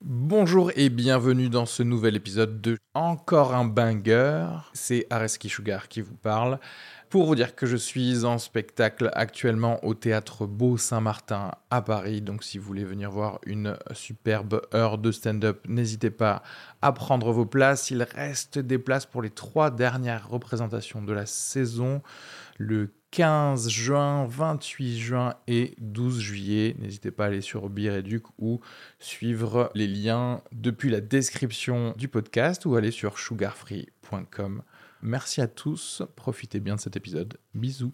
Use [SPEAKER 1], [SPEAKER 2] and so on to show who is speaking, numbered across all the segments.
[SPEAKER 1] Bonjour et bienvenue dans ce nouvel épisode de Encore un banger. C'est Areski Sugar qui vous parle. Pour vous dire que je suis en spectacle actuellement au théâtre Beau Saint-Martin à Paris. Donc si vous voulez venir voir une superbe heure de stand-up, n'hésitez pas à prendre vos places. Il reste des places pour les trois dernières représentations de la saison. Le 15 juin, 28 juin et 12 juillet. N'hésitez pas à aller sur Bireduc ou suivre les liens depuis la description du podcast ou aller sur sugarfree.com. Merci à tous, profitez bien de cet épisode. Bisous.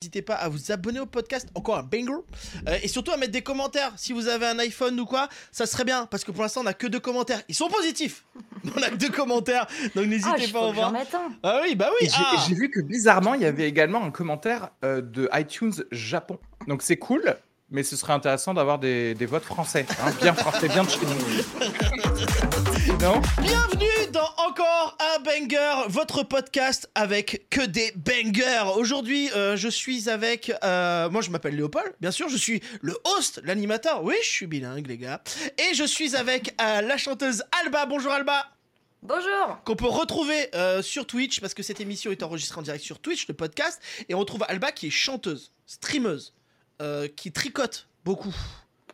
[SPEAKER 2] N'hésitez pas à vous abonner au podcast, encore un banger, Euh, et surtout à mettre des commentaires si vous avez un iPhone ou quoi, ça serait bien parce que pour l'instant on a que deux commentaires, ils sont positifs, on a que deux commentaires, donc
[SPEAKER 3] Ah,
[SPEAKER 2] n'hésitez
[SPEAKER 3] je
[SPEAKER 2] pas à
[SPEAKER 3] faut que j'en
[SPEAKER 2] voir.
[SPEAKER 3] mette un.
[SPEAKER 2] Ah oui, bah
[SPEAKER 1] Et
[SPEAKER 2] oui,
[SPEAKER 1] J'ai
[SPEAKER 2] ah.
[SPEAKER 1] j'ai vu que bizarrement, il y avait également un commentaire euh, de iTunes Japon. Donc c'est cool, mais ce serait intéressant d'avoir des, des votes français. hein, bien français, bien de chez nous. non
[SPEAKER 2] bienvenue dans encore un banger, votre podcast avec que des bangers. Aujourd'hui, euh, je suis avec, euh, moi je m'appelle Léopold, bien sûr, je suis le host, l'animateur, oui, je suis bilingue les gars, et je suis avec euh, la chanteuse Alba. Bonjour Alba.
[SPEAKER 3] Bonjour.
[SPEAKER 2] qu'on peut retrouver euh, sur Twitch parce que cette émission est enregistrée en direct sur Twitch, le podcast, et on retrouve Alba qui est chanteuse, streameuse, euh, qui tricote beaucoup.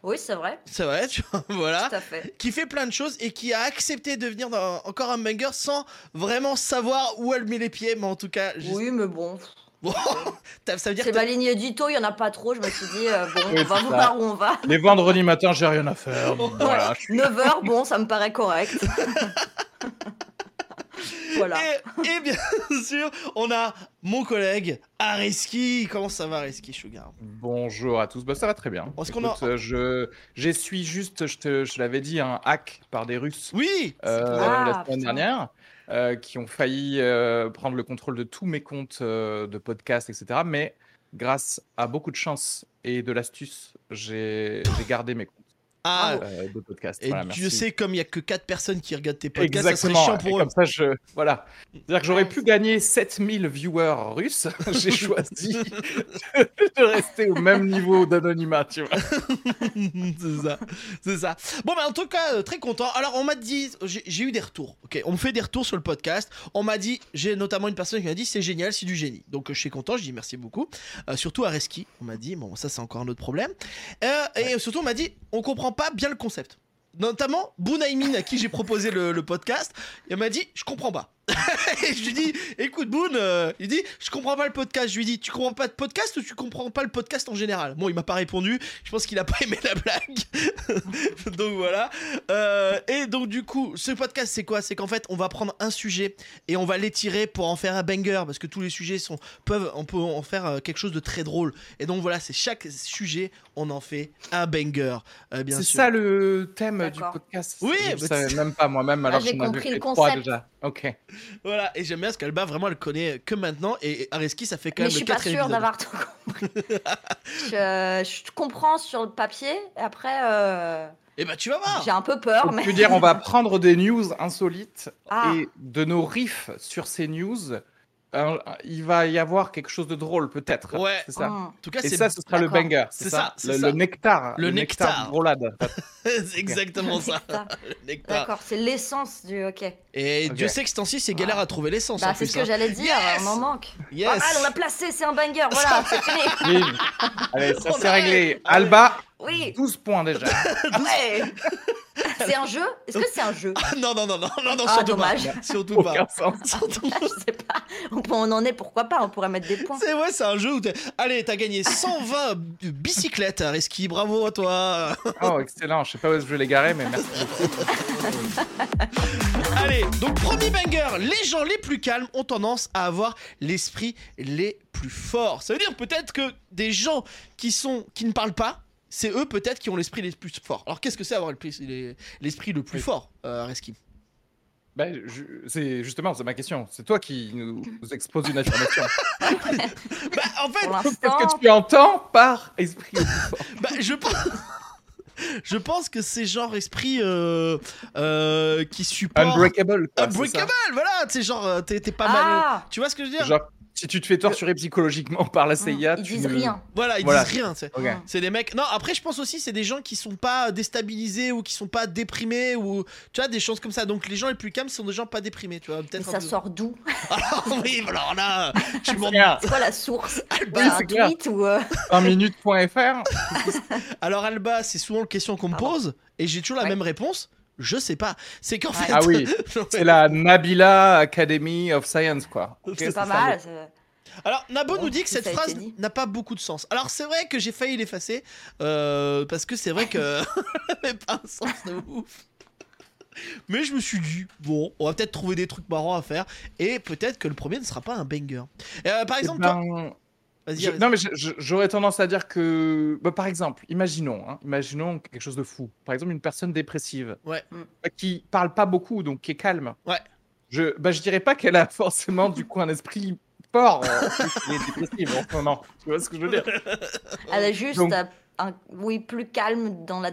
[SPEAKER 3] Oui, c'est vrai.
[SPEAKER 2] C'est vrai, tu vois, voilà.
[SPEAKER 3] Tout à fait.
[SPEAKER 2] Qui fait plein de choses et qui a accepté de venir dans encore un banger sans vraiment savoir où elle met les pieds, mais en tout cas, juste-
[SPEAKER 3] Oui, mais bon.
[SPEAKER 2] Bon, t'as- ça veut dire que
[SPEAKER 3] C'est ma ligne édito, il y en a pas trop. Je me suis dit, euh, bon,
[SPEAKER 1] Oui,
[SPEAKER 3] on va
[SPEAKER 1] c'est ça.
[SPEAKER 3] voir où on va.
[SPEAKER 1] Les vendredis matins, j'ai rien à faire. donc voilà.
[SPEAKER 3] 9h, bon, ça me paraît correct. voilà.
[SPEAKER 2] Et, et bien sûr, on a mon collègue Areski. Comment ça va, Areski Sugar
[SPEAKER 1] Bonjour à tous, bah, ça va très bien.
[SPEAKER 2] Est-ce qu'on
[SPEAKER 1] Écoute,
[SPEAKER 2] a-
[SPEAKER 1] euh, je j'essuie juste, je te je l'avais dit, un hack par des Russes
[SPEAKER 2] Oui
[SPEAKER 1] euh,
[SPEAKER 3] Ah,
[SPEAKER 1] la semaine
[SPEAKER 3] putain.
[SPEAKER 1] dernière, euh, qui ont failli euh, prendre le contrôle de tous mes comptes euh, de podcast, etc. Mais grâce à beaucoup de chance et de l'astuce, j'ai j'ai gardé mes comptes
[SPEAKER 2] Ah,
[SPEAKER 1] euh, de podcast.
[SPEAKER 2] Et
[SPEAKER 1] Voilà,
[SPEAKER 2] Dieu
[SPEAKER 1] merci.
[SPEAKER 2] sait, comme il n'y a que 4 personnes qui regardent tes podcasts,
[SPEAKER 1] Exactement.
[SPEAKER 2] ça serait
[SPEAKER 1] et
[SPEAKER 2] chiant pour eux.
[SPEAKER 1] comme ça, je voilà. C'est-à-dire que j'aurais
[SPEAKER 3] Ouais.
[SPEAKER 1] pu gagner 7000 viewers russes. J'ai choisi de, de rester au même niveau d'anonymat, tu vois.
[SPEAKER 2] c'est ça, c'est ça. Bon, bah, en tout cas, euh, très content. Alors, on m'a dit, j'ai j'ai eu des retours. Ok, on me fait des retours sur le podcast. On m'a dit, j'ai notamment une personne qui m'a dit, c'est génial, c'est du génie. Donc, euh, je suis content, je dis merci beaucoup. Euh, surtout à Reski, on m'a dit, bon, ça c'est encore un autre problème. Euh, Et surtout, on m'a dit, on comprend pas bien le concept. Notamment Bounaimin, à qui j'ai proposé le, le podcast, il m'a dit Je comprends pas. et je lui dis Écoute, Boun, euh, il dit Je comprends pas le podcast. Je lui dis Tu comprends pas de podcast ou tu comprends pas le podcast en général Bon, il m'a pas répondu. Je pense qu'il a pas aimé la blague. donc voilà. Euh, et donc du coup, ce podcast, c'est quoi C'est qu'en fait, on va prendre un sujet et on va l'étirer pour en faire un banger parce que tous les sujets sont peuvent on peut en faire euh, quelque chose de très drôle. Et donc voilà, c'est chaque sujet, on en fait un banger. Euh, bien
[SPEAKER 1] C'est
[SPEAKER 2] sûr.
[SPEAKER 1] ça le thème du
[SPEAKER 3] D'accord.
[SPEAKER 1] podcast.
[SPEAKER 2] Oui,
[SPEAKER 1] je
[SPEAKER 2] bah,
[SPEAKER 1] savais même pas moi-même alors
[SPEAKER 3] j'ai
[SPEAKER 1] que j'en avais
[SPEAKER 3] compris le
[SPEAKER 1] fait trois
[SPEAKER 3] concept.
[SPEAKER 1] déjà. Ok.
[SPEAKER 2] Voilà. Et j'aime bien parce qu'Alba vraiment, elle connaît que maintenant. Et Areski, ça fait quand
[SPEAKER 3] Mais
[SPEAKER 2] même
[SPEAKER 3] je
[SPEAKER 2] le
[SPEAKER 3] suis pas
[SPEAKER 2] quatrième
[SPEAKER 3] sûre
[SPEAKER 2] épisode.
[SPEAKER 3] d'avoir tout compris. je, je comprends sur le papier. Après, euh,
[SPEAKER 2] Et bah tu vas voir.
[SPEAKER 3] j'ai un peu peur,
[SPEAKER 1] Je
[SPEAKER 3] mais.
[SPEAKER 1] veux dire, on va prendre des news insolites
[SPEAKER 3] Ah,
[SPEAKER 1] et de nos riffs sur ces news, euh, il va y avoir quelque chose de drôle peut-être.
[SPEAKER 2] Ouais.
[SPEAKER 1] C'est ça.
[SPEAKER 3] hum.
[SPEAKER 2] En tout cas,
[SPEAKER 1] Et
[SPEAKER 2] c'est
[SPEAKER 1] ça, ce sera le
[SPEAKER 3] D'accord.
[SPEAKER 1] banger.
[SPEAKER 2] C'est ça, c'est
[SPEAKER 1] le,
[SPEAKER 2] ça.
[SPEAKER 1] le nectar.
[SPEAKER 2] Le nectar.
[SPEAKER 1] drôlade.
[SPEAKER 2] c'est exactement ça. Ah. Le nectar.
[SPEAKER 3] D'accord, c'est l'essence du. Ok.
[SPEAKER 2] Et
[SPEAKER 1] Ok.
[SPEAKER 2] Dieu sait que ce temps-ci, c'est galère à trouver l'essence. en
[SPEAKER 3] Bah, c'est
[SPEAKER 2] plus,
[SPEAKER 3] ce que
[SPEAKER 2] hein.
[SPEAKER 3] j'allais dire.
[SPEAKER 2] Yes
[SPEAKER 3] On en manque. Pas
[SPEAKER 2] Yes.
[SPEAKER 3] Oh, mal, on l'a placé, c'est un banger. Voilà, c'est fini.
[SPEAKER 1] Bim. Allez, ça
[SPEAKER 2] On
[SPEAKER 1] c'est
[SPEAKER 2] arrive.
[SPEAKER 1] réglé. Alba,
[SPEAKER 3] Oh, bah Oui.
[SPEAKER 1] 12 points déjà.
[SPEAKER 3] Ouais. C'est un jeu Est-ce que c'est un
[SPEAKER 1] Ah,
[SPEAKER 3] jeu
[SPEAKER 2] non, non, non, non, non, non,
[SPEAKER 3] Ah,
[SPEAKER 2] surtout
[SPEAKER 3] dommage.
[SPEAKER 2] pas. Surtout pas.
[SPEAKER 1] Aucun sens.
[SPEAKER 2] Surtout pas.
[SPEAKER 3] Je sais pas. On peut- on en est, pourquoi pas On pourrait mettre des points.
[SPEAKER 2] C'est ouais, c'est un jeu où t'es. Allez, t'as gagné 120 b- bicyclettes, Reski. Bravo à toi.
[SPEAKER 1] Oh, excellent. Je sais pas où je vais les garer, mais merci.
[SPEAKER 2] Allez, donc premier banger. Les gens les plus calmes ont tendance à avoir l'esprit les plus forts. Ça veut dire peut-être que des gens qui sont qui ne parlent pas, c'est eux peut-être qui ont l'esprit les plus forts. Alors qu'est-ce que c'est avoir le plus- les- l'esprit le plus
[SPEAKER 1] Oui.
[SPEAKER 2] fort, euh, Reski
[SPEAKER 1] Ben, je- c'est justement, c'est ma question. C'est toi qui nous exposes une affirmation.
[SPEAKER 2] Bah en fait,
[SPEAKER 3] Pour
[SPEAKER 1] Qu'est-ce
[SPEAKER 3] l'instant,
[SPEAKER 1] que tu entends par esprit le plus fort
[SPEAKER 2] Bah, je pense. Je pense que c'est genre esprit euh, euh, qui supporte.
[SPEAKER 1] Unbreakable. quoi, c'est ça.
[SPEAKER 2] Unbreakable, voilà, tu sais, genre, euh, t'es t'es pas mal.
[SPEAKER 3] ah,
[SPEAKER 2] Tu vois ce que je veux dire
[SPEAKER 1] Genre, Si tu te fais torturer psychologiquement par la CIA,
[SPEAKER 3] Ils
[SPEAKER 1] tu
[SPEAKER 3] disent
[SPEAKER 1] ne-
[SPEAKER 3] rien.
[SPEAKER 2] Voilà, ils
[SPEAKER 1] Voilà.
[SPEAKER 2] disent rien, tu sais.
[SPEAKER 1] Ok.
[SPEAKER 3] Mm.
[SPEAKER 2] C'est des mecs. Non, après, je pense aussi, c'est des gens qui sont pas déstabilisés ou qui sont pas déprimés ou. Tu vois, des choses comme ça. Donc, les gens les plus calmes sont des gens pas déprimés, tu vois.
[SPEAKER 3] Mais
[SPEAKER 2] Peut-être un
[SPEAKER 3] ça
[SPEAKER 2] peu-
[SPEAKER 3] sort d'où
[SPEAKER 2] Ah oui, alors là, tu m'en
[SPEAKER 1] Rien.
[SPEAKER 3] C'est quoi la source
[SPEAKER 1] Oui,
[SPEAKER 3] Ouais,
[SPEAKER 1] c'est
[SPEAKER 3] Un
[SPEAKER 1] clair.
[SPEAKER 3] tweet ou. euh,
[SPEAKER 1] 1 minute.fr
[SPEAKER 2] Alors Alba, c'est souvent la question qu'on me
[SPEAKER 3] Pardon.
[SPEAKER 2] pose et j'ai toujours la
[SPEAKER 3] Ouais.
[SPEAKER 2] même réponse. Je sais pas. C'est qu'en
[SPEAKER 3] Ouais.
[SPEAKER 2] fait.
[SPEAKER 1] Ah oui,
[SPEAKER 2] Non, mais-
[SPEAKER 1] C'est la Nabila Academy of Science, quoi.
[SPEAKER 2] C'est
[SPEAKER 3] C'est
[SPEAKER 1] Qu'est-ce
[SPEAKER 3] pas
[SPEAKER 1] que ça
[SPEAKER 3] mal. c'est-
[SPEAKER 2] Alors Nabo
[SPEAKER 3] Bon,
[SPEAKER 2] nous dit que
[SPEAKER 3] si
[SPEAKER 2] cette
[SPEAKER 3] ça a
[SPEAKER 2] phrase
[SPEAKER 3] été dit.
[SPEAKER 2] n'a pas beaucoup de sens. Alors c'est vrai que j'ai failli l'effacer euh, parce que c'est vrai que elle avait pas un sens de ouf. Mais je me suis dit bon, on va peut-être trouver des trucs marrants à faire et peut-être que le premier ne sera pas un banger. Euh, par
[SPEAKER 1] Eh
[SPEAKER 2] exemple, toi,
[SPEAKER 1] ben,
[SPEAKER 2] vas-y. euh,
[SPEAKER 1] je-
[SPEAKER 2] vas-y.
[SPEAKER 1] non mais je- je- j'aurais tendance à dire que, bah, par exemple, imaginons, hein, imaginons quelque chose de fou. Par exemple, une personne dépressive,
[SPEAKER 2] Ouais.
[SPEAKER 3] Mm.
[SPEAKER 1] euh, qui parle pas beaucoup, donc qui est calme.
[SPEAKER 2] Ouais.
[SPEAKER 1] Je, bah, je dirais pas qu'elle a forcément du coup un esprit fort. euh, puisqu'elle est dépressive en ce moment. Tu vois ce que je veux dire
[SPEAKER 3] Elle est juste.
[SPEAKER 1] Donc-
[SPEAKER 3] euh, un- Oui, plus calme dans la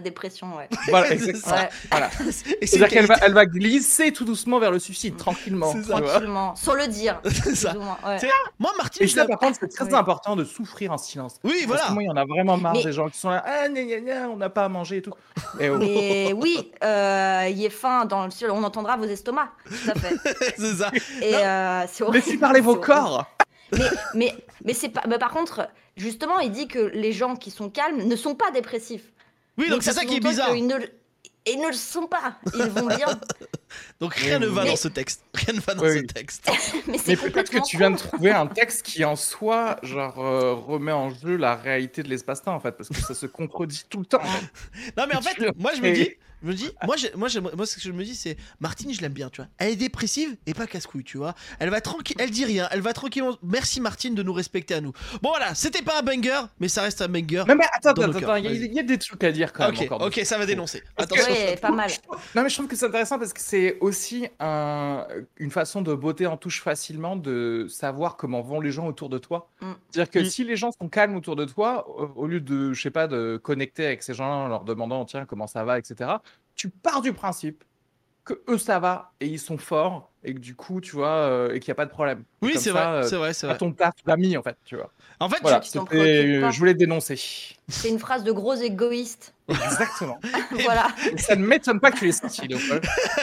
[SPEAKER 3] dépression, ouais.
[SPEAKER 1] Voilà,
[SPEAKER 2] C'est
[SPEAKER 1] exactement.
[SPEAKER 2] ça.
[SPEAKER 3] Ouais,
[SPEAKER 2] Et c'est
[SPEAKER 1] C'est-à-dire qu'elle va, elle va glisser tout doucement vers le suicide, tranquillement.
[SPEAKER 2] Mm. C'est ça.
[SPEAKER 1] tu vois.
[SPEAKER 3] tranquillement. Sans le dire.
[SPEAKER 2] C'est ça.
[SPEAKER 3] plus ou moins, ouais.
[SPEAKER 2] C'est- Moi, Martine.
[SPEAKER 1] Et
[SPEAKER 2] je
[SPEAKER 1] ça,
[SPEAKER 2] l'ai-
[SPEAKER 1] par contre, c'est très
[SPEAKER 3] Oui.
[SPEAKER 1] important de souffrir en silence.
[SPEAKER 2] Oui,
[SPEAKER 1] Parce que
[SPEAKER 2] voilà.
[SPEAKER 1] moi, il y en a vraiment marre
[SPEAKER 3] Mais-
[SPEAKER 1] des gens qui sont là, ah, gna, gna, gna, on n'a pas à manger et tout. Et oh,
[SPEAKER 3] Mais oui, euh, il est fin dans le ciel. On entendra vos estomacs. Tout à fait.
[SPEAKER 2] c'est ça.
[SPEAKER 3] Et euh, c'est
[SPEAKER 1] Laissez
[SPEAKER 3] horrible,
[SPEAKER 1] parler vos
[SPEAKER 3] c'est horrible.
[SPEAKER 1] corps
[SPEAKER 3] Mais, mais, mais c'est pas. mais par contre, justement, il dit que les gens qui sont calmes ne sont pas dépressifs.
[SPEAKER 2] Oui, donc c'est ça qui est
[SPEAKER 3] sous-entend
[SPEAKER 2] bizarre.
[SPEAKER 3] qu'ils ne le- Ils ne le sont pas, ils vont bien,
[SPEAKER 2] Donc rien ne va
[SPEAKER 3] Mais-
[SPEAKER 2] dans ce texte. Rien ne va dans
[SPEAKER 1] Oui.
[SPEAKER 2] ce texte.
[SPEAKER 3] mais c'est
[SPEAKER 1] Mais peut-être que
[SPEAKER 3] complètement.
[SPEAKER 1] tu viens de trouver un texte qui, en soi, genre, euh, remet en jeu la réalité de l'espace-temps, en fait, parce que ça se contredit tout le temps. en fait.
[SPEAKER 2] Non mais en
[SPEAKER 1] C'est
[SPEAKER 2] fait,
[SPEAKER 1] sûr.
[SPEAKER 2] moi Ah, je me
[SPEAKER 1] Et-
[SPEAKER 2] dis, je me dis, moi j'ai- moi, j'aimerais- moi ce que je me dis c'est Martine, je l'aime bien, tu vois. Elle est dépressive et pas casse-couille, tu vois. Elle va tranquille, elle dit rien, elle va tranquillement. Merci Martine de nous respecter à nous. Bon voilà, c'était pas un banger, mais ça reste un banger.
[SPEAKER 1] Non, mais attends,
[SPEAKER 2] Dans nos
[SPEAKER 1] attends,
[SPEAKER 2] cœurs,
[SPEAKER 1] attends, il y a-
[SPEAKER 2] vas-y.
[SPEAKER 1] il y, a des trucs à dire quand même.
[SPEAKER 2] ok,
[SPEAKER 1] encore
[SPEAKER 2] ok, ça va dénoncer.
[SPEAKER 1] Parce que-
[SPEAKER 2] Attention.
[SPEAKER 3] Ouais, pas mal.
[SPEAKER 1] Non, mais je trouve que c'est intéressant parce que c'est aussi un- une façon de botter en touche facilement, de savoir comment vont les gens autour de toi.
[SPEAKER 3] Mm.
[SPEAKER 1] C'est-à-dire que
[SPEAKER 2] Mm.
[SPEAKER 1] si les gens sont calmes autour de toi, au, au lieu de, je sais pas, de connecter avec ces gens en leur demandant, tiens, comment ça va, etc., tu pars du principe que eux, ça va et ils sont forts et que du coup, tu vois, euh, et qu'il n'y a pas de problème. Et
[SPEAKER 2] Oui,
[SPEAKER 1] comme
[SPEAKER 2] c'est
[SPEAKER 1] ça,
[SPEAKER 2] vrai,
[SPEAKER 1] euh,
[SPEAKER 2] c'est vrai, c'est
[SPEAKER 1] à
[SPEAKER 2] vrai.
[SPEAKER 1] ton taf d'ami, en fait, tu vois.
[SPEAKER 2] En fait,
[SPEAKER 1] Voilà,
[SPEAKER 3] tu t'en
[SPEAKER 1] c'était-
[SPEAKER 3] préoccupes pas.
[SPEAKER 1] je voulais dénoncer.
[SPEAKER 3] C'est une phrase de gros égoïste.
[SPEAKER 1] Exactement.
[SPEAKER 3] voilà.
[SPEAKER 1] Et bah, ça ne m'étonne pas que tu l'aies senti. donc, ouais.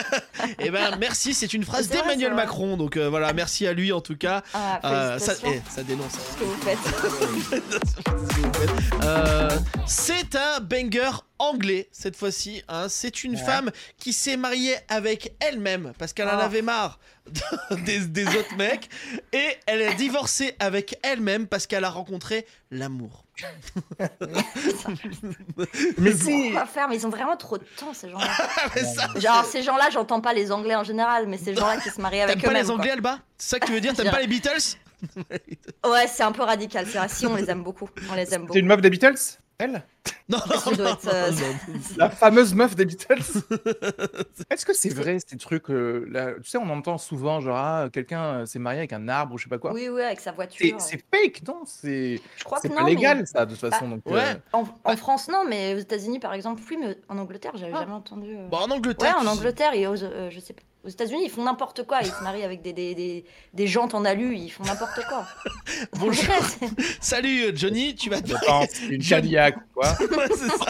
[SPEAKER 2] eh ben merci, c'est une phrase
[SPEAKER 3] C'est vrai,
[SPEAKER 2] d'Emmanuel
[SPEAKER 3] c'est vrai.
[SPEAKER 2] Macron, donc euh, voilà, merci à lui en tout cas.
[SPEAKER 3] Ah,
[SPEAKER 2] Euh, ça,
[SPEAKER 3] félicitations,
[SPEAKER 2] eh, ça dénonce.
[SPEAKER 3] ce que vous faites.
[SPEAKER 2] Euh, c'est un banger anglais cette fois-ci. hein. C'est une
[SPEAKER 1] Ouais.
[SPEAKER 2] femme qui s'est mariée avec elle-même parce qu'elle en
[SPEAKER 3] Oh.
[SPEAKER 2] avait marre de- des, des autres mecs et elle a divorcé avec elle-même parce qu'elle a rencontré l'amour.
[SPEAKER 1] Mais
[SPEAKER 3] Pourquoi
[SPEAKER 1] si,
[SPEAKER 3] faire Mais ils ont vraiment trop de temps, ces gens-là.
[SPEAKER 2] Ah, mais ça,
[SPEAKER 3] Genre, ces gens-là, j'entends pas les Anglais en général, mais ces gens-là qui se marient
[SPEAKER 2] T'aimes
[SPEAKER 3] avec
[SPEAKER 2] pas
[SPEAKER 3] eux-mêmes.
[SPEAKER 2] les Anglais, Alba C'est ça que tu veux dire T'aimes pas les Beatles
[SPEAKER 3] quoi. Ouais, c'est un peu radical, c'est vrai. Si, on les aime beaucoup. On les aime
[SPEAKER 1] t'es
[SPEAKER 3] beaucoup.
[SPEAKER 1] une meuf des Beatles Elle
[SPEAKER 2] Non,
[SPEAKER 3] Ça doit être, euh,
[SPEAKER 1] La fameuse meuf des Beatles. Est-ce que c'est vrai ces trucs euh, là, Tu sais, on entend souvent genre ah, quelqu'un euh, s'est marié avec un arbre ou je sais pas quoi.
[SPEAKER 3] Oui, oui, avec sa
[SPEAKER 1] C'est-
[SPEAKER 3] voiture.
[SPEAKER 1] C'est fake, non C'est
[SPEAKER 3] Je crois que
[SPEAKER 1] c'est
[SPEAKER 3] non.
[SPEAKER 1] pas
[SPEAKER 3] mais-
[SPEAKER 1] légal ça de toute façon. donc,
[SPEAKER 2] ouais.
[SPEAKER 1] euh,
[SPEAKER 3] En, en France, non, mais aux États-Unis, par exemple, oui, mais en Angleterre, j'avais
[SPEAKER 1] Ah.
[SPEAKER 3] jamais entendu. euh.
[SPEAKER 2] Bon, en
[SPEAKER 3] ouais,
[SPEAKER 2] Angleterre.
[SPEAKER 3] en
[SPEAKER 2] tu-
[SPEAKER 3] Angleterre, et aux, euh, je sais pas. Aux États-Unis, ils font n'importe quoi. Ils se marient avec des, des, des, des jantes en alu, ils font n'importe quoi.
[SPEAKER 2] Bonjour.
[SPEAKER 3] Ouais, c'est-
[SPEAKER 2] Salut euh, Johnny, tu vas te
[SPEAKER 1] je pense une Cadillac ou quoi.
[SPEAKER 2] Ouais, c'est ça,